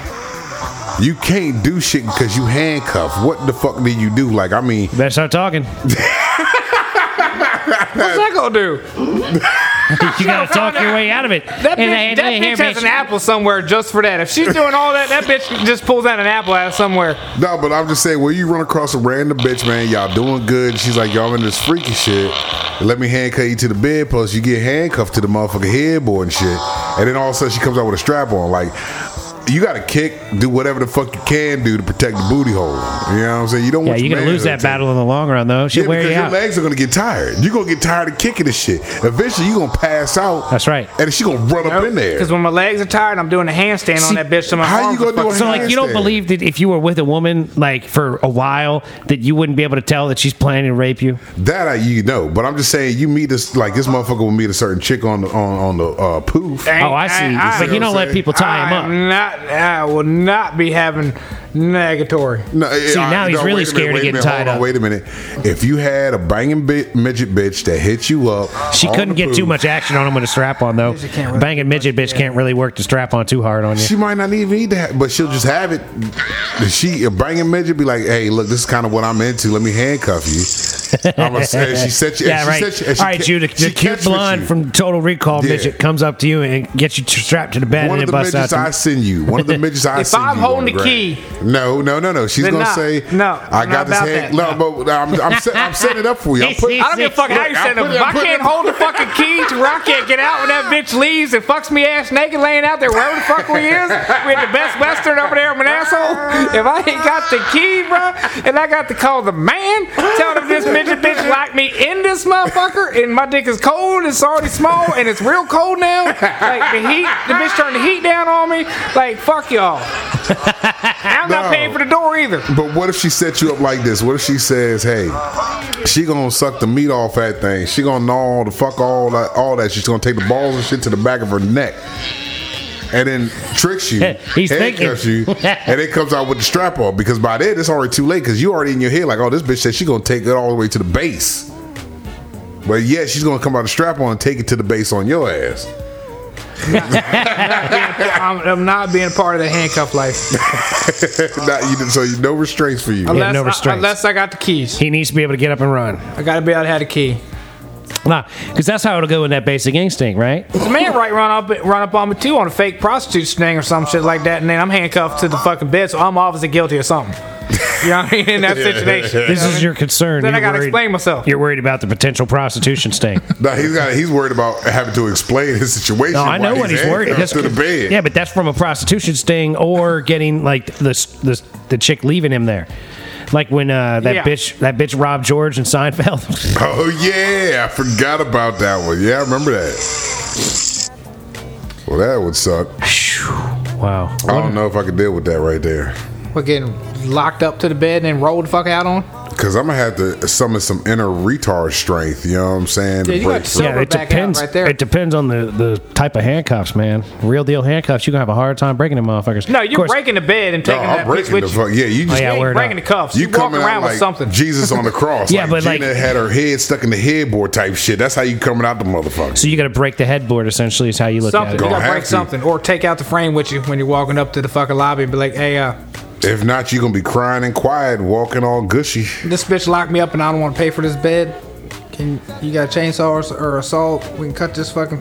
[SPEAKER 3] You can't do shit because you handcuffed. What the fuck did you do? Like, I mean,
[SPEAKER 6] Better start talking.
[SPEAKER 2] What's that gonna do?
[SPEAKER 1] You gotta talk your way out of it.
[SPEAKER 2] That bitch,
[SPEAKER 1] And they-
[SPEAKER 2] that
[SPEAKER 1] they hear
[SPEAKER 2] bitch has
[SPEAKER 1] me-
[SPEAKER 2] an apple somewhere just for that. If she's doing all that, that bitch just pulls out an apple out of somewhere.
[SPEAKER 3] No, but I'm just saying, when you run across a random bitch, man, y'all doing good. She's like, y'all in this freaky shit. Let me handcuff you to the bedpost. You get handcuffed to the motherfucking headboard and shit. And then all of a sudden, she comes out with a strap on. Like, you got to kick, do whatever the fuck you can do to protect the booty hole. You know what I'm saying? You don't
[SPEAKER 6] Yeah,
[SPEAKER 3] want
[SPEAKER 6] you're
[SPEAKER 3] your
[SPEAKER 6] gonna
[SPEAKER 3] man
[SPEAKER 6] lose
[SPEAKER 3] to
[SPEAKER 6] that
[SPEAKER 3] take-
[SPEAKER 6] battle in the long run, though. She'll
[SPEAKER 3] Yeah,
[SPEAKER 6] wear
[SPEAKER 3] because
[SPEAKER 6] you
[SPEAKER 3] your
[SPEAKER 6] out.
[SPEAKER 3] legs are gonna get tired. You're gonna get tired of kicking this shit. Eventually, you're gonna pass out.
[SPEAKER 6] That's right.
[SPEAKER 3] And she gonna run up in there.
[SPEAKER 2] Because when my legs are tired, I'm doing a handstand
[SPEAKER 6] See,
[SPEAKER 2] on that bitch. So my
[SPEAKER 3] how you
[SPEAKER 2] arms
[SPEAKER 3] gonna
[SPEAKER 2] are
[SPEAKER 3] do a
[SPEAKER 2] fucking-
[SPEAKER 1] So like you don't
[SPEAKER 3] handstand?
[SPEAKER 1] believe that if you were with a woman like for a while that you wouldn't be able to tell that she's planning to rape you.
[SPEAKER 3] That I, you know, but I'm just saying, you meet this like this motherfucker will meet a certain chick on the on, on the uh, poof.
[SPEAKER 2] Ain't-
[SPEAKER 1] Oh, I see.
[SPEAKER 2] ain't- I-
[SPEAKER 1] but you don't let people tie
[SPEAKER 2] I
[SPEAKER 1] him up.
[SPEAKER 2] am Not, I will not be having negatory.
[SPEAKER 3] No, See,
[SPEAKER 1] now he's really scared of getting tied up.
[SPEAKER 3] Wait a minute. If you had a banging bit, midget bitch that hit you up,
[SPEAKER 1] She
[SPEAKER 3] on
[SPEAKER 1] couldn't
[SPEAKER 3] the
[SPEAKER 1] get too
[SPEAKER 3] poof,
[SPEAKER 1] much action on him with a strap on though.
[SPEAKER 2] can't really-
[SPEAKER 1] Banging midget bitch can't really work the strap on too hard on you.
[SPEAKER 3] She might not even need that, but she'll just have it. She a banging midget be like, "Hey, look, this is kind of what I'm into. Let me handcuff you." I'm gonna say, she set you.
[SPEAKER 1] (laughs) Yeah,
[SPEAKER 3] she
[SPEAKER 1] right.
[SPEAKER 3] Set you,
[SPEAKER 1] All
[SPEAKER 3] and she
[SPEAKER 1] right,
[SPEAKER 3] ca-
[SPEAKER 1] Jude, the,
[SPEAKER 3] she
[SPEAKER 1] the
[SPEAKER 3] catch
[SPEAKER 1] cute
[SPEAKER 3] with
[SPEAKER 1] blonde
[SPEAKER 3] you.
[SPEAKER 1] from Total Recall
[SPEAKER 3] Yeah.
[SPEAKER 1] midget comes up to you and gets you strapped to the bed
[SPEAKER 3] One
[SPEAKER 1] and
[SPEAKER 3] of
[SPEAKER 1] it
[SPEAKER 3] the
[SPEAKER 1] busts out.
[SPEAKER 3] midgets I send you. One of the midgets I
[SPEAKER 2] If
[SPEAKER 3] send
[SPEAKER 2] I'm
[SPEAKER 3] you on
[SPEAKER 2] holding the
[SPEAKER 3] ground.
[SPEAKER 2] key-
[SPEAKER 3] No, no, no, no. She's
[SPEAKER 2] Then
[SPEAKER 3] gonna
[SPEAKER 2] nah.
[SPEAKER 3] say,
[SPEAKER 2] No,
[SPEAKER 3] I
[SPEAKER 2] not
[SPEAKER 3] got this
[SPEAKER 2] about
[SPEAKER 3] hand."
[SPEAKER 2] that.
[SPEAKER 3] No, but I'm, I'm, set, I'm setting it up for you. I'm
[SPEAKER 2] (laughs)
[SPEAKER 3] putting,
[SPEAKER 2] I don't give a fuck how you send them. If I can't hold the fucking key to where I can't get out when that bitch leaves and fucks me ass naked laying out there wherever the fuck we is, we at the best western over there, I'm an asshole. If I ain't got the key, bro, and I got to call the man, tell him this midget bitch locked me in this motherfucker, and my dick is cold, it's already small, and it's real cold now. Like the heat, the bitch turned the heat down on me. Like, fuck y'all. I'm
[SPEAKER 3] No.
[SPEAKER 2] not paying for the door either.
[SPEAKER 3] But what if she set you up like this? What if she says, "Hey, she gonna suck the meat off that thing. She gonna gnaw all the fuck all that, all that. She's gonna take the balls and shit to the back of her neck." And then tricks you,
[SPEAKER 1] (laughs) He's
[SPEAKER 3] handcuffs
[SPEAKER 1] thinking.
[SPEAKER 3] you, and it comes out with the strap on because by then it's already too late because you already in your head like, oh, this bitch said she gonna take it all the way to the base, but yeah, she's gonna come out the strap on and take it to the base on your ass. (laughs)
[SPEAKER 2] I'm, I'm not being part of the handcuff life.
[SPEAKER 3] Not- you didn't- so you, no restraints for you.
[SPEAKER 2] Unless,
[SPEAKER 1] no
[SPEAKER 2] I-
[SPEAKER 1] restraints.
[SPEAKER 2] unless I got the keys.
[SPEAKER 1] He needs to be able to get up and run.
[SPEAKER 2] I gotta be able to have the key.
[SPEAKER 1] Nah, because that's how it'll go in that basic instinct, right?
[SPEAKER 2] The man right run up run up on me too on a fake prostitute sting or some shit like that, and then I'm handcuffed to the fucking bed, so I'm obviously guilty of something. (laughs) You know what I mean? In that situation.
[SPEAKER 1] This is your concern.
[SPEAKER 2] Then I
[SPEAKER 1] You're
[SPEAKER 2] gotta
[SPEAKER 1] worried-
[SPEAKER 2] explain myself.
[SPEAKER 1] You're worried about the potential prostitution
[SPEAKER 2] (laughs)
[SPEAKER 1] sting.
[SPEAKER 3] No, he's got. He's worried about having to explain his situation.
[SPEAKER 1] No, I know
[SPEAKER 3] while
[SPEAKER 1] what he's worried.
[SPEAKER 3] handcuffed
[SPEAKER 1] That's
[SPEAKER 3] to the bed.
[SPEAKER 1] Yeah, but that's from a prostitution sting or getting like the the, the chick leaving him there. Like when uh, that
[SPEAKER 2] Yeah.
[SPEAKER 1] bitch that bitch robbed George and Seinfeld. (laughs)
[SPEAKER 3] Oh yeah, I forgot about that one. Yeah, I remember that. Well, that would suck.
[SPEAKER 1] wow.
[SPEAKER 3] I don't know if I could deal with that right there.
[SPEAKER 2] We're getting locked up to the bed and then rolled the fuck out on.
[SPEAKER 3] Cause I'm gonna have to summon some inner retard strength. You know what I'm saying?
[SPEAKER 2] Yeah, you got
[SPEAKER 3] through.
[SPEAKER 2] silver- We're
[SPEAKER 1] it
[SPEAKER 2] backing up
[SPEAKER 1] depends.
[SPEAKER 2] right there.
[SPEAKER 1] It depends on the, the type of handcuffs, man. Real deal handcuffs, you're gonna have a hard time breaking them, motherfuckers.
[SPEAKER 2] No,
[SPEAKER 1] Of
[SPEAKER 2] you're
[SPEAKER 1] course-
[SPEAKER 2] breaking the bed and
[SPEAKER 3] No,
[SPEAKER 2] taking
[SPEAKER 3] I'm
[SPEAKER 2] that bitch
[SPEAKER 3] breaking
[SPEAKER 2] with
[SPEAKER 3] the
[SPEAKER 2] you.
[SPEAKER 3] fuck. Yeah, you
[SPEAKER 1] Oh,
[SPEAKER 3] just
[SPEAKER 1] yeah,
[SPEAKER 2] You ain't
[SPEAKER 1] word
[SPEAKER 2] breaking
[SPEAKER 1] up.
[SPEAKER 2] the cuffs. You,
[SPEAKER 3] you
[SPEAKER 2] walk
[SPEAKER 3] coming
[SPEAKER 2] around
[SPEAKER 3] out like
[SPEAKER 2] with something.
[SPEAKER 3] Jesus
[SPEAKER 2] (laughs)
[SPEAKER 3] on the cross.
[SPEAKER 1] Yeah,
[SPEAKER 3] like
[SPEAKER 1] but, like-
[SPEAKER 3] Gina had her head stuck in the headboard type shit. That's how you coming out the motherfucker.
[SPEAKER 1] So you got to break the headboard. Essentially, is how you look
[SPEAKER 2] something.
[SPEAKER 1] at
[SPEAKER 2] You
[SPEAKER 1] it.
[SPEAKER 3] Gonna
[SPEAKER 2] gotta
[SPEAKER 3] have
[SPEAKER 2] break
[SPEAKER 3] to.
[SPEAKER 2] something. Or take out the frame with you when you're walking up to the fucking lobby and be like, hey, uh,
[SPEAKER 3] If not, you gonna be crying and quiet, walking all gushy.
[SPEAKER 2] this bitch locked me up and I don't want to pay for this bed. Can you got a chainsaw or, s- or a saw? We can cut this fucking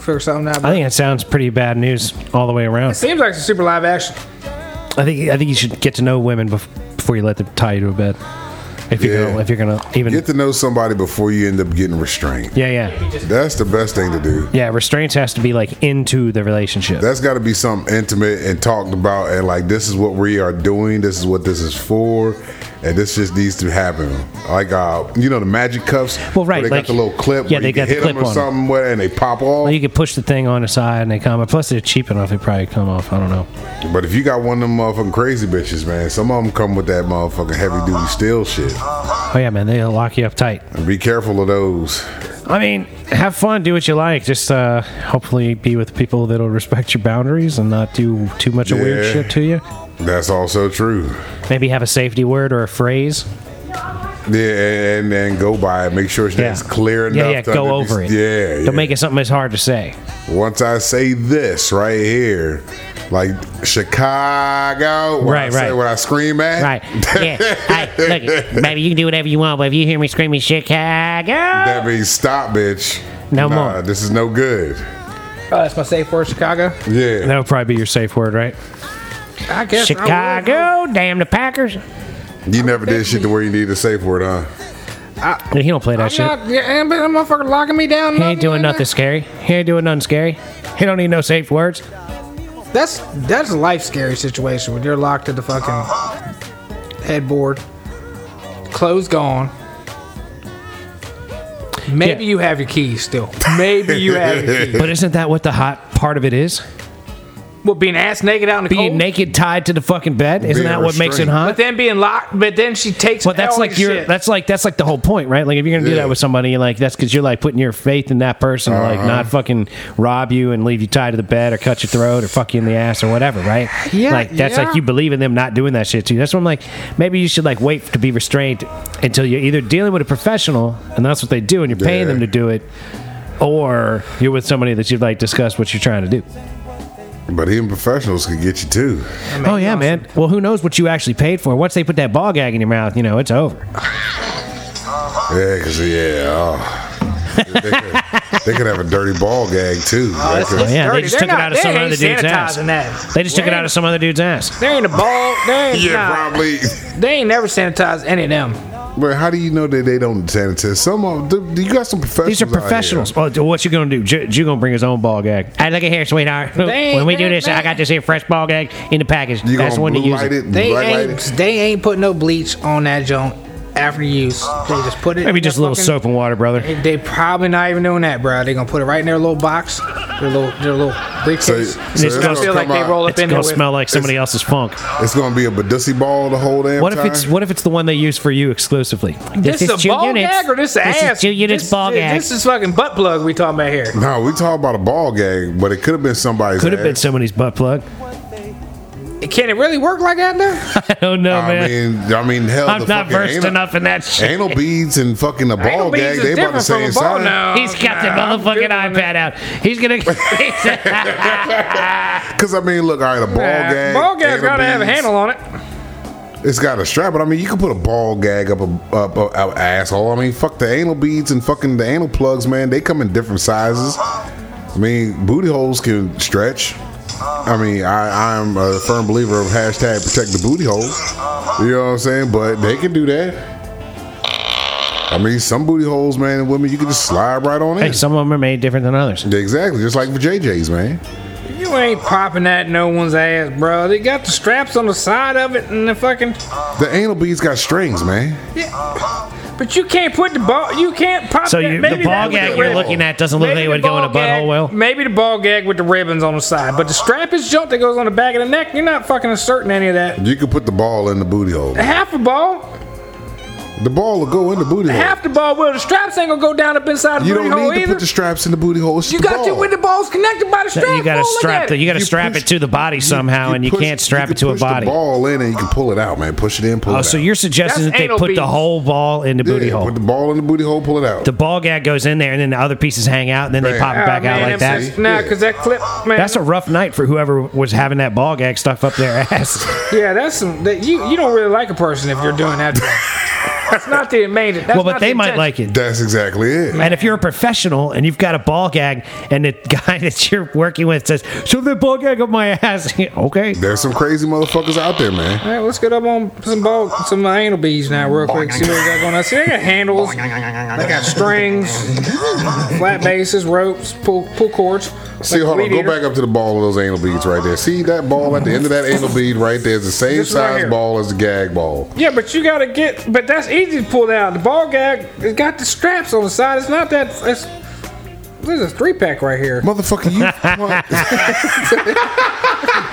[SPEAKER 2] figure something out.
[SPEAKER 1] I think that sounds pretty bad news all the way around.
[SPEAKER 2] Seems like it's a super live action.
[SPEAKER 1] I think I think you should get to know women bef- before you let them tie you to a bed. If you're
[SPEAKER 3] Yeah.
[SPEAKER 1] gonna, if you're gonna even
[SPEAKER 3] Get to know somebody before you end up getting restrained.
[SPEAKER 1] yeah yeah
[SPEAKER 3] That's the best thing to do.
[SPEAKER 1] yeah restraints has to be like into the relationship.
[SPEAKER 3] That's got to be something intimate and talked about, and like this is what we are doing. This is what this is for, and this just needs to happen. Like uh, you know the magic cuffs.
[SPEAKER 1] Well, right,
[SPEAKER 3] where they
[SPEAKER 1] like-
[SPEAKER 3] got the little clip.
[SPEAKER 1] yeah,
[SPEAKER 3] where
[SPEAKER 1] they
[SPEAKER 3] you can
[SPEAKER 1] got the
[SPEAKER 3] hit
[SPEAKER 1] clip
[SPEAKER 3] them or
[SPEAKER 1] on 'em.
[SPEAKER 3] something, where, and they pop off.
[SPEAKER 1] Well, you could push the thing on the side and they come. Plus, they're cheap enough; they probably come off. I don't know.
[SPEAKER 3] But if you got one of them motherfucking crazy bitches, man, some of them come with that motherfucking heavy duty steel shit.
[SPEAKER 1] Oh yeah, man, they'll lock you up tight.
[SPEAKER 3] And be careful of those.
[SPEAKER 1] I mean, have fun, do what you like. Just uh, hopefully be with people that'll respect your boundaries and not do too much of weird
[SPEAKER 3] Yeah.
[SPEAKER 1] shit to you.
[SPEAKER 3] That's also true.
[SPEAKER 1] Maybe have a safety word or a phrase.
[SPEAKER 3] Yeah, and and go by it. Make sure it's
[SPEAKER 1] Yeah.
[SPEAKER 3] clear enough.
[SPEAKER 1] Yeah, yeah,
[SPEAKER 3] to
[SPEAKER 1] go
[SPEAKER 3] under-
[SPEAKER 1] over it.
[SPEAKER 3] Yeah, yeah.
[SPEAKER 1] Don't make it something that's hard to say.
[SPEAKER 3] Once I say this right here, like Chicago, when I
[SPEAKER 1] Right,
[SPEAKER 3] say
[SPEAKER 1] right.
[SPEAKER 3] what I
[SPEAKER 1] (laughs)
[SPEAKER 3] scream at, (laughs)
[SPEAKER 5] Right. Yeah. Hey, look, it, baby, you can do whatever you want, but if you hear me screaming Chicago,
[SPEAKER 3] that means stop, bitch.
[SPEAKER 1] No
[SPEAKER 3] Nah,
[SPEAKER 1] more.
[SPEAKER 3] This is no good.
[SPEAKER 2] Oh, that's my safe word, Chicago.
[SPEAKER 3] Yeah.
[SPEAKER 1] That would probably be your safe word, right?
[SPEAKER 2] I guess I will.
[SPEAKER 5] Chicago, damn the Packers.
[SPEAKER 3] You never did shit to where you need a safe word, huh?
[SPEAKER 1] He don't play that
[SPEAKER 2] I'm
[SPEAKER 1] shit.
[SPEAKER 2] not, yeah, and- but that motherfucker locking me down.
[SPEAKER 1] he ain't doing nothing scary. He ain't doing nothing scary. He don't need no safe words.
[SPEAKER 2] That's that's a life scary situation when you're locked to the fucking headboard, clothes gone. Maybe
[SPEAKER 1] Yeah.
[SPEAKER 2] you have your keys still. Maybe you have
[SPEAKER 1] (laughs)
[SPEAKER 2] your keys.
[SPEAKER 1] But isn't that what the hot part of it is?
[SPEAKER 2] Well, being ass naked out in the
[SPEAKER 1] Being
[SPEAKER 2] cold,
[SPEAKER 1] naked, tied to the fucking bed. Isn't
[SPEAKER 3] Being
[SPEAKER 1] that what makes it
[SPEAKER 3] restrained.
[SPEAKER 1] hot?
[SPEAKER 2] but then being locked. But then she takes.
[SPEAKER 1] Well, that's
[SPEAKER 2] all
[SPEAKER 1] like
[SPEAKER 2] your
[SPEAKER 1] your.
[SPEAKER 2] shit.
[SPEAKER 1] That's like that's like the whole point, right? Like if you're gonna do
[SPEAKER 3] Yeah.
[SPEAKER 1] that with somebody, like that's because you're like putting your faith in that person, to like
[SPEAKER 3] Uh-huh.
[SPEAKER 1] not fucking rob you and leave you tied to the bed or cut your throat or fuck you in the ass or whatever, right?
[SPEAKER 2] Yeah,
[SPEAKER 1] Like that's
[SPEAKER 2] yeah.
[SPEAKER 1] like you believe in them not doing that shit to you. That's what I'm like. Maybe you should like wait to be restrained until you're either dealing with a professional and that's what they do, and you're paying
[SPEAKER 3] Yeah.
[SPEAKER 1] them to do it. Or you're with somebody that you've like discussed what you're trying to do.
[SPEAKER 3] But even professionals could get you too.
[SPEAKER 1] oh yeah, man. Well, who knows what you actually paid for? Once they put that ball gag in your mouth, you know it's over.
[SPEAKER 3] Yeah, cause yeah, oh. they, could, they could have a dirty ball gag too.
[SPEAKER 1] Oh,
[SPEAKER 3] That could-
[SPEAKER 1] Yeah, they
[SPEAKER 2] Dirty.
[SPEAKER 1] just
[SPEAKER 2] They're
[SPEAKER 1] took it
[SPEAKER 2] not-
[SPEAKER 1] out of
[SPEAKER 2] they
[SPEAKER 1] some
[SPEAKER 2] ain't
[SPEAKER 1] other dude's ass.
[SPEAKER 2] sanitizing that.
[SPEAKER 1] They just took
[SPEAKER 2] They
[SPEAKER 1] it out of
[SPEAKER 2] ain't-
[SPEAKER 1] some other dude's ass.
[SPEAKER 2] There ain't a ball. There ain't.
[SPEAKER 3] yeah,
[SPEAKER 2] nah,
[SPEAKER 3] probably.
[SPEAKER 2] They ain't never sanitized any of them.
[SPEAKER 3] But how do you know that they don't sanitize? Some of them, you got some professionals.
[SPEAKER 1] These are
[SPEAKER 3] out here.
[SPEAKER 1] professionals. Oh, d- what you gonna do? Ju you gonna bring his own ball gag?
[SPEAKER 5] Hey, look at here, sweetheart.
[SPEAKER 2] Dang,
[SPEAKER 5] when we do
[SPEAKER 2] dang,
[SPEAKER 5] this, I
[SPEAKER 2] dang.
[SPEAKER 5] got this here fresh ball gag in the package.
[SPEAKER 3] You
[SPEAKER 5] That's the
[SPEAKER 3] gonna
[SPEAKER 5] one to
[SPEAKER 3] blue
[SPEAKER 5] use.
[SPEAKER 3] light
[SPEAKER 5] it.
[SPEAKER 3] it,
[SPEAKER 2] They
[SPEAKER 3] black light
[SPEAKER 2] ain't.
[SPEAKER 3] it.
[SPEAKER 2] They ain't put no bleach on that joint after use. They just put it.
[SPEAKER 1] Maybe
[SPEAKER 2] in
[SPEAKER 1] just a
[SPEAKER 2] their
[SPEAKER 1] little
[SPEAKER 2] fucking-
[SPEAKER 1] soap and water, brother.
[SPEAKER 2] They probably not even doing that, bro. They gonna put it right in their little box, their little their little briefcase.
[SPEAKER 3] So- so
[SPEAKER 2] it's
[SPEAKER 1] it's
[SPEAKER 2] gonna
[SPEAKER 1] gonna
[SPEAKER 2] feel like
[SPEAKER 3] come
[SPEAKER 2] they
[SPEAKER 3] out-
[SPEAKER 2] roll up
[SPEAKER 1] It's
[SPEAKER 2] in
[SPEAKER 1] gonna
[SPEAKER 2] there with-
[SPEAKER 1] smell like somebody else's funk.
[SPEAKER 3] It's gonna be a badussy ball the whole damn
[SPEAKER 1] What if
[SPEAKER 3] time.
[SPEAKER 1] it's what if it's the one they use for you exclusively?
[SPEAKER 2] This,
[SPEAKER 5] is
[SPEAKER 2] is a
[SPEAKER 5] two
[SPEAKER 2] ball
[SPEAKER 5] units.
[SPEAKER 2] gag or this,
[SPEAKER 5] This is
[SPEAKER 2] ass?
[SPEAKER 5] two units
[SPEAKER 2] this,
[SPEAKER 5] ball gag.
[SPEAKER 2] This is fucking butt plug we talking about here.
[SPEAKER 3] No, we talk about a ball gag, but it could have been somebody's.
[SPEAKER 1] Could have been
[SPEAKER 3] ass.
[SPEAKER 1] somebody's
[SPEAKER 5] (laughs)
[SPEAKER 1] butt plug.
[SPEAKER 2] Can it really work like that though?
[SPEAKER 1] I don't know,
[SPEAKER 3] I
[SPEAKER 1] man.
[SPEAKER 3] mean, I mean, hell,
[SPEAKER 5] Oh, I'm
[SPEAKER 3] the
[SPEAKER 5] not
[SPEAKER 3] fucking
[SPEAKER 5] versed
[SPEAKER 3] anal,
[SPEAKER 5] enough in that shit.
[SPEAKER 3] Anal beads and fucking a ball
[SPEAKER 2] Anal beads
[SPEAKER 3] gag,
[SPEAKER 2] is
[SPEAKER 3] they about the
[SPEAKER 2] different from
[SPEAKER 3] same
[SPEAKER 2] a ball
[SPEAKER 3] size.
[SPEAKER 2] now.
[SPEAKER 5] He's got the
[SPEAKER 2] Nah, I'm
[SPEAKER 5] motherfucking
[SPEAKER 2] good on
[SPEAKER 5] iPad out. He's
[SPEAKER 3] (laughs)
[SPEAKER 5] gonna. (laughs)
[SPEAKER 3] Because I mean, look, all right, a ball
[SPEAKER 2] Nah,
[SPEAKER 3] gag,
[SPEAKER 2] ball gag's
[SPEAKER 3] anal
[SPEAKER 2] gotta have a
[SPEAKER 3] beads,
[SPEAKER 2] handle on it.
[SPEAKER 3] It's got a strap, but I mean, you can put a ball gag up a up a, a asshole. I mean, fuck the anal beads and fucking the anal plugs, man. They come in different sizes. I mean, booty holes can stretch. I mean, I, I'm a firm believer of hashtag protect the booty hole. You know what I'm saying? But they can do that. I mean, some booty holes, man, and women, you can just slide right on
[SPEAKER 1] Hey,
[SPEAKER 3] in.
[SPEAKER 1] some of them are made different than others.
[SPEAKER 3] Exactly, just like for JJ's, man.
[SPEAKER 2] You ain't popping that in no one's ass, bro. They got the straps on the side of it and the fucking.
[SPEAKER 3] The anal beads got strings, man.
[SPEAKER 2] But you can't put the ball. You can't pop.
[SPEAKER 1] So
[SPEAKER 2] that-
[SPEAKER 1] you-
[SPEAKER 2] maybe
[SPEAKER 1] the ball
[SPEAKER 2] that with
[SPEAKER 1] gag
[SPEAKER 2] the
[SPEAKER 1] you're
[SPEAKER 2] ribbon.
[SPEAKER 1] looking at doesn't look
[SPEAKER 2] Maybe
[SPEAKER 1] like it
[SPEAKER 2] the
[SPEAKER 1] would go in a
[SPEAKER 2] ball gag-
[SPEAKER 1] butthole well.
[SPEAKER 2] Maybe the ball gag with the ribbons on the side, but the strap is junk that goes on the back of the neck. You're not fucking asserting any of that.
[SPEAKER 3] You can put the ball in the booty hole.
[SPEAKER 2] Half the ball,
[SPEAKER 3] The ball will go in the booty hole.
[SPEAKER 2] half the ball will. The straps ain't gonna go down up inside the
[SPEAKER 3] You
[SPEAKER 2] booty
[SPEAKER 3] don't
[SPEAKER 2] hole
[SPEAKER 3] need to
[SPEAKER 2] either.
[SPEAKER 3] put the straps in the booty hole. It's
[SPEAKER 2] you
[SPEAKER 3] the
[SPEAKER 2] got
[SPEAKER 3] ball.
[SPEAKER 2] to when the ball's connected by the strap.
[SPEAKER 1] you gotta
[SPEAKER 2] ball, look
[SPEAKER 1] strap
[SPEAKER 2] at
[SPEAKER 1] the,
[SPEAKER 2] it.
[SPEAKER 1] you gotta strap
[SPEAKER 3] push-
[SPEAKER 1] it to the body somehow, and you
[SPEAKER 3] push-
[SPEAKER 1] can't strap
[SPEAKER 3] you
[SPEAKER 1] it to a
[SPEAKER 3] push the
[SPEAKER 1] body.
[SPEAKER 3] ball in and you can pull it out, man. Push it in, pull it
[SPEAKER 1] Oh,
[SPEAKER 3] out.
[SPEAKER 1] so you're suggesting
[SPEAKER 2] That's
[SPEAKER 1] that they
[SPEAKER 2] anal
[SPEAKER 1] put the
[SPEAKER 2] beads.
[SPEAKER 1] whole ball in the
[SPEAKER 3] Yeah,
[SPEAKER 1] booty hole?
[SPEAKER 3] Put the ball in the booty hole, pull it out.
[SPEAKER 1] The ball gag goes in there, and then the other pieces hang out, and then they
[SPEAKER 3] Bam.
[SPEAKER 1] pop it
[SPEAKER 2] Ah,
[SPEAKER 1] back out
[SPEAKER 2] man,
[SPEAKER 1] like
[SPEAKER 2] that's-
[SPEAKER 1] that.
[SPEAKER 3] See?
[SPEAKER 2] Nah,
[SPEAKER 3] Yeah.
[SPEAKER 2] because that clip, man.
[SPEAKER 1] That's a rough night for whoever was having that ball gag stuck up their (laughs) ass.
[SPEAKER 2] yeah. That's some. That, you you don't really like a person if you're doing that. That's not the main. That's
[SPEAKER 1] well, but
[SPEAKER 2] not
[SPEAKER 1] they
[SPEAKER 2] the
[SPEAKER 1] might
[SPEAKER 2] intention.
[SPEAKER 1] like it.
[SPEAKER 3] That's exactly it.
[SPEAKER 1] And if you're a professional and you've got a ball gag, and the (laughs) guy that you're working with says, "Shove the ball gag up my ass," (laughs) okay,
[SPEAKER 3] There's some crazy motherfuckers out there, man.
[SPEAKER 2] All right, let's get up on some ball, some anal beads now, real quick. See what we got going on. See, they got handles, they got strings, flat bases, ropes, pull pull cords.
[SPEAKER 3] See,
[SPEAKER 2] like
[SPEAKER 3] hold on.
[SPEAKER 2] weed
[SPEAKER 3] Go
[SPEAKER 2] eater.
[SPEAKER 3] back up to the ball of those anal beads right there. See that ball at the end of that anal bead right there is the same
[SPEAKER 2] This right
[SPEAKER 3] size
[SPEAKER 2] here.
[SPEAKER 3] ball as the gag ball.
[SPEAKER 2] Yeah, but you gotta get. But that's easy to pull out. The ball gag, it's got the straps on the side. It's not that. It's there's a three pack right here.
[SPEAKER 3] Motherfucker,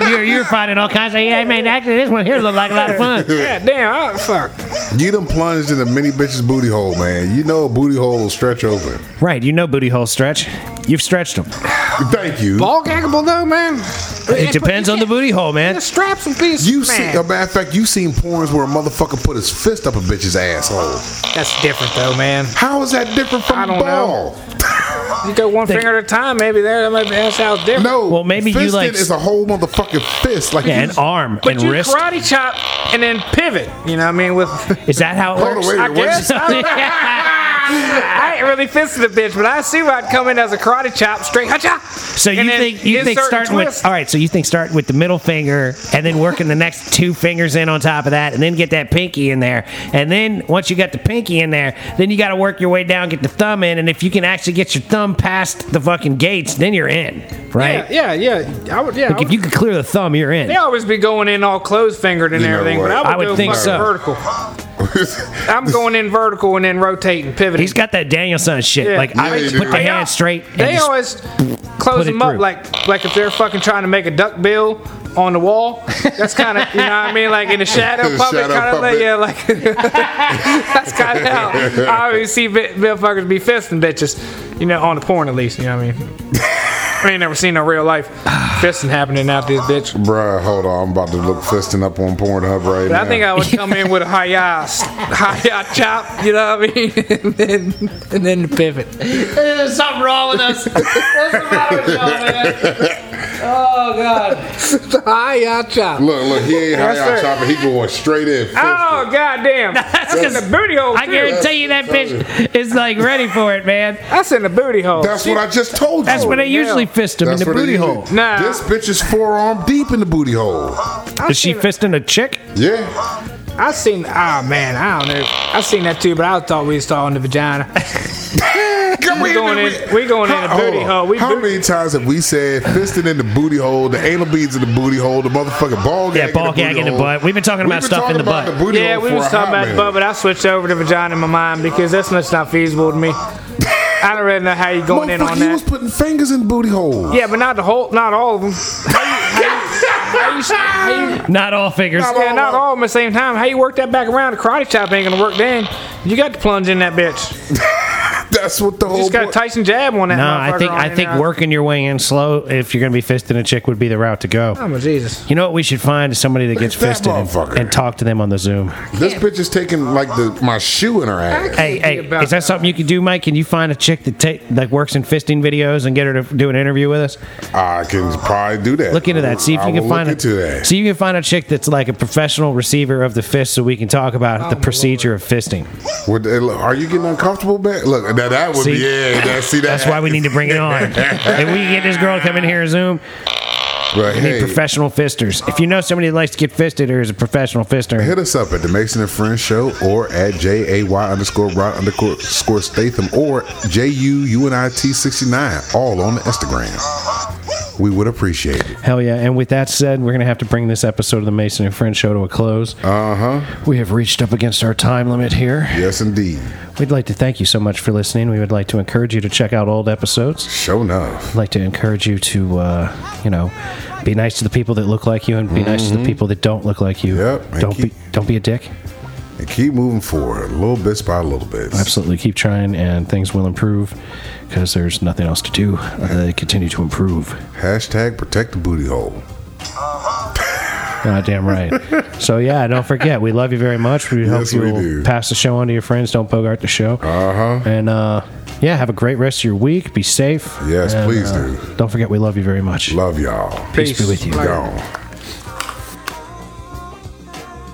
[SPEAKER 1] (laughs)
[SPEAKER 3] you.
[SPEAKER 1] you're you're finding all kinds of. Yeah, man, actually, this one here looked like a lot of fun.
[SPEAKER 2] Yeah, damn. I, fuck.
[SPEAKER 3] you done plunged in a mini bitch's booty hole, man. You know a booty hole will stretch open.
[SPEAKER 1] Right, you know booty hole stretch. You've stretched them.
[SPEAKER 3] Thank you.
[SPEAKER 2] Ball gaggable though, man.
[SPEAKER 1] It depends on the booty hole, man.
[SPEAKER 2] The straps and pieces.
[SPEAKER 3] You see,
[SPEAKER 2] man.
[SPEAKER 1] oh,
[SPEAKER 3] a matter of fact, you seen porns where a motherfucker put his fist up a bitch's asshole.
[SPEAKER 2] That's different though, man.
[SPEAKER 3] How is that different
[SPEAKER 2] I
[SPEAKER 3] from
[SPEAKER 2] don't
[SPEAKER 3] a ball?
[SPEAKER 2] You go one finger at a time, maybe there. That might be, that's how it's different.
[SPEAKER 3] No.
[SPEAKER 1] Well, maybe you
[SPEAKER 3] fisting
[SPEAKER 1] like-
[SPEAKER 3] is a whole motherfucking fist. Like
[SPEAKER 1] Yeah,
[SPEAKER 3] you-
[SPEAKER 1] an arm
[SPEAKER 2] But
[SPEAKER 1] and
[SPEAKER 2] you
[SPEAKER 1] wrist.
[SPEAKER 2] karate chop and then pivot. You know what I
[SPEAKER 1] (laughs)
[SPEAKER 2] mean? With (laughs)
[SPEAKER 1] Is that how it
[SPEAKER 3] Hold on,
[SPEAKER 1] works?
[SPEAKER 3] wait,
[SPEAKER 2] I
[SPEAKER 3] wait,
[SPEAKER 2] guess I, don't know. (laughs) I ain't really fisting the bitch, but I see where I'd come in as a karate chop straight. Hacha!
[SPEAKER 1] (laughs) So you think you think starting with all right? So you think starting with the middle finger and then working the next two fingers in on top of that, and then get that pinky in there, and then once you got the pinky in there, then you got to work your way down, get the thumb in, and if you can actually get your thumb past the fucking gates, then you're in, right?
[SPEAKER 2] Yeah, yeah, yeah. I would. Yeah, I
[SPEAKER 1] Like if
[SPEAKER 2] would-
[SPEAKER 1] you could clear the thumb, you're in.
[SPEAKER 2] they always be going in all closed fingered and
[SPEAKER 3] You know
[SPEAKER 2] everything,
[SPEAKER 3] what?
[SPEAKER 2] but I would,
[SPEAKER 1] I would
[SPEAKER 2] go
[SPEAKER 1] think
[SPEAKER 2] fucking
[SPEAKER 1] so.
[SPEAKER 2] vertical. I'm going in vertical and then rotating, pivoting.
[SPEAKER 1] He's got that Danielson shit.
[SPEAKER 2] Yeah.
[SPEAKER 1] Like I
[SPEAKER 3] Yeah,
[SPEAKER 1] would
[SPEAKER 3] dude.
[SPEAKER 1] put the
[SPEAKER 3] Are
[SPEAKER 2] y'all-
[SPEAKER 1] hand straight. and
[SPEAKER 2] They
[SPEAKER 1] just-
[SPEAKER 2] always close
[SPEAKER 1] put it
[SPEAKER 2] them up
[SPEAKER 1] through.
[SPEAKER 2] like like if they're fucking trying to make a duck bill on the wall. That's kind of you know what I mean, like in the
[SPEAKER 3] (laughs)
[SPEAKER 2] shadow
[SPEAKER 3] The
[SPEAKER 2] puppet
[SPEAKER 3] shadow
[SPEAKER 2] kind of like
[SPEAKER 3] puppet.
[SPEAKER 2] yeah, like (laughs) that's kind of how I always see bi- bill fuckers be fisting bitches, you know, on the porn at least. You know what I mean? I ain't never seen no real life fisting happening out this bitch.
[SPEAKER 3] (laughs) Bruh, hold on. I'm about to look fisting up on Pornhub right
[SPEAKER 2] But
[SPEAKER 3] now.
[SPEAKER 2] I think I would come in with a high eye, s- high eye chop, you know what I mean, (laughs) and then and then the pivot.
[SPEAKER 1] There's something wrong with us.
[SPEAKER 3] (laughs)
[SPEAKER 2] Oh, High eye chop.
[SPEAKER 3] Look, look, he ain't high
[SPEAKER 2] Yes,
[SPEAKER 3] out
[SPEAKER 2] sir.
[SPEAKER 3] chopping. He going straight in. fisting.
[SPEAKER 2] Oh
[SPEAKER 1] (laughs)
[SPEAKER 2] goddamn! That's in the booty hole.
[SPEAKER 1] I
[SPEAKER 2] too.
[SPEAKER 1] guarantee you that bitch is like ready for it, man.
[SPEAKER 2] That's in the booty hole.
[SPEAKER 3] That's what I just told you.
[SPEAKER 1] That's when they
[SPEAKER 2] Oh, yeah.
[SPEAKER 1] usually fist him in
[SPEAKER 3] That's
[SPEAKER 1] the
[SPEAKER 3] what they
[SPEAKER 1] booty
[SPEAKER 3] usually-
[SPEAKER 1] hole.
[SPEAKER 2] Nah.
[SPEAKER 3] This bitch is forearm deep in the booty hole.
[SPEAKER 2] I
[SPEAKER 1] Is she
[SPEAKER 2] seen-
[SPEAKER 1] fisting a chick?
[SPEAKER 3] Yeah.
[SPEAKER 2] I seen. Ah man, I don't know. I seen that too, but I thought we was talking
[SPEAKER 1] (laughs)
[SPEAKER 2] the vagina.
[SPEAKER 3] Come
[SPEAKER 2] We
[SPEAKER 3] in
[SPEAKER 2] going
[SPEAKER 3] and
[SPEAKER 2] in- we going in the
[SPEAKER 3] How- hold
[SPEAKER 2] booty
[SPEAKER 3] on.
[SPEAKER 2] hole. We
[SPEAKER 3] How
[SPEAKER 2] boot-
[SPEAKER 3] many times have we said fisting in the booty hole, the anal beads in the booty hole, the motherfucking ball gag?
[SPEAKER 1] Yeah, ball gag in the
[SPEAKER 3] hole?
[SPEAKER 1] butt. We've been talking
[SPEAKER 3] We've
[SPEAKER 1] about stuff in
[SPEAKER 3] talking
[SPEAKER 1] the
[SPEAKER 3] about
[SPEAKER 1] butt.
[SPEAKER 3] The booty
[SPEAKER 2] yeah,
[SPEAKER 3] hole
[SPEAKER 2] we
[SPEAKER 3] for
[SPEAKER 2] was
[SPEAKER 3] a
[SPEAKER 2] talking
[SPEAKER 3] hot
[SPEAKER 2] about the
[SPEAKER 3] minute.
[SPEAKER 2] butt, but I switched over to vagina in my mind because that's just not feasible to me. I don't really know how you going in
[SPEAKER 3] Motherfucker,
[SPEAKER 2] on
[SPEAKER 3] you was
[SPEAKER 2] that.
[SPEAKER 3] putting fingers in the booty hole.
[SPEAKER 2] Yeah, but not the whole, not all of them. How you, how you, how
[SPEAKER 3] (laughs)
[SPEAKER 2] you,
[SPEAKER 1] Not all fingers.
[SPEAKER 2] yeah, not all of them at the same time. How you work that back around? The karate chop ain't gonna work then. You got to plunge in that bitch.
[SPEAKER 3] That's what the whole.
[SPEAKER 2] Just got a
[SPEAKER 3] point-
[SPEAKER 2] Tyson jab on that.
[SPEAKER 1] No,
[SPEAKER 2] motherfucker
[SPEAKER 1] I think
[SPEAKER 2] on
[SPEAKER 1] I
[SPEAKER 2] in
[SPEAKER 1] think
[SPEAKER 2] there.
[SPEAKER 1] working your way in slow if you're going to be fisting a chick would be the route to go.
[SPEAKER 2] I'm a Oh, Jesus.
[SPEAKER 1] You know what we should find is somebody that gets
[SPEAKER 3] at that
[SPEAKER 1] fisted and,
[SPEAKER 3] motherfucker.
[SPEAKER 1] and talk to them on the Zoom.
[SPEAKER 3] This bitch is taking like the my shoe in her ass.
[SPEAKER 1] Hey, hey,
[SPEAKER 2] about
[SPEAKER 1] is that something you can do, Mike? Can you find a chick that ta- that works in fisting videos and get her to do an interview with us?
[SPEAKER 3] I can probably do that.
[SPEAKER 1] Look into that. See if
[SPEAKER 3] I
[SPEAKER 1] you can
[SPEAKER 3] will
[SPEAKER 1] find
[SPEAKER 3] look into
[SPEAKER 1] a,
[SPEAKER 3] that.
[SPEAKER 1] see if you can find a chick that's like a professional receiver of the fist, so we can talk about the procedure of fisting.
[SPEAKER 3] Would- eh, look, are you getting uncomfortable, man? Look, now that would be
[SPEAKER 1] See?
[SPEAKER 3] yeah. That, see that?
[SPEAKER 1] That's why we need to bring it on. if we can get this girl to come in here and Zoom,
[SPEAKER 3] But
[SPEAKER 1] We
[SPEAKER 3] hey,
[SPEAKER 1] need professional fisters. If you know somebody that likes to get fisted or is a professional fister,
[SPEAKER 3] hit us up at the Mason and Friends Show or at J A Y underscore Rod underscore Statham or J U U N I T sixty nine, all on the Instagram. we would appreciate it.
[SPEAKER 1] Hell yeah. And with that said, we're going to have to bring this episode of the Mason and Friend show to a close.
[SPEAKER 3] Uh huh.
[SPEAKER 1] We have reached up against our time limit here.
[SPEAKER 3] Yes, indeed.
[SPEAKER 1] We'd like to thank you so much for listening. We would like to encourage you to check out old episodes.
[SPEAKER 3] Show enough.
[SPEAKER 1] I'd like to encourage you to, uh, you know, be nice to the people that look like you and be nice to the people that don't look like you.
[SPEAKER 3] Mm-hmm. Yep, and
[SPEAKER 1] Don't
[SPEAKER 3] keep-
[SPEAKER 1] be don't be a dick.
[SPEAKER 3] And keep moving forward, little bits by little bits.
[SPEAKER 1] Absolutely, keep trying, and things will improve because there's nothing else to do other than continue to improve.
[SPEAKER 3] Hashtag protect the booty hole.
[SPEAKER 1] God damn
[SPEAKER 3] (laughs)
[SPEAKER 1] right. so yeah, don't forget. We love you very much. We
[SPEAKER 3] Yes,
[SPEAKER 1] hope
[SPEAKER 3] we
[SPEAKER 1] you will
[SPEAKER 3] do.
[SPEAKER 1] pass the show on to your friends. Don't bogart the show.
[SPEAKER 3] Uh huh.
[SPEAKER 1] And uh, yeah, have a great rest of your week. Be safe.
[SPEAKER 3] Yes,
[SPEAKER 1] And,
[SPEAKER 3] please
[SPEAKER 1] uh,
[SPEAKER 3] do.
[SPEAKER 1] Don't forget, we love you very much.
[SPEAKER 3] Love y'all.
[SPEAKER 1] Peace be with you.
[SPEAKER 3] Gone.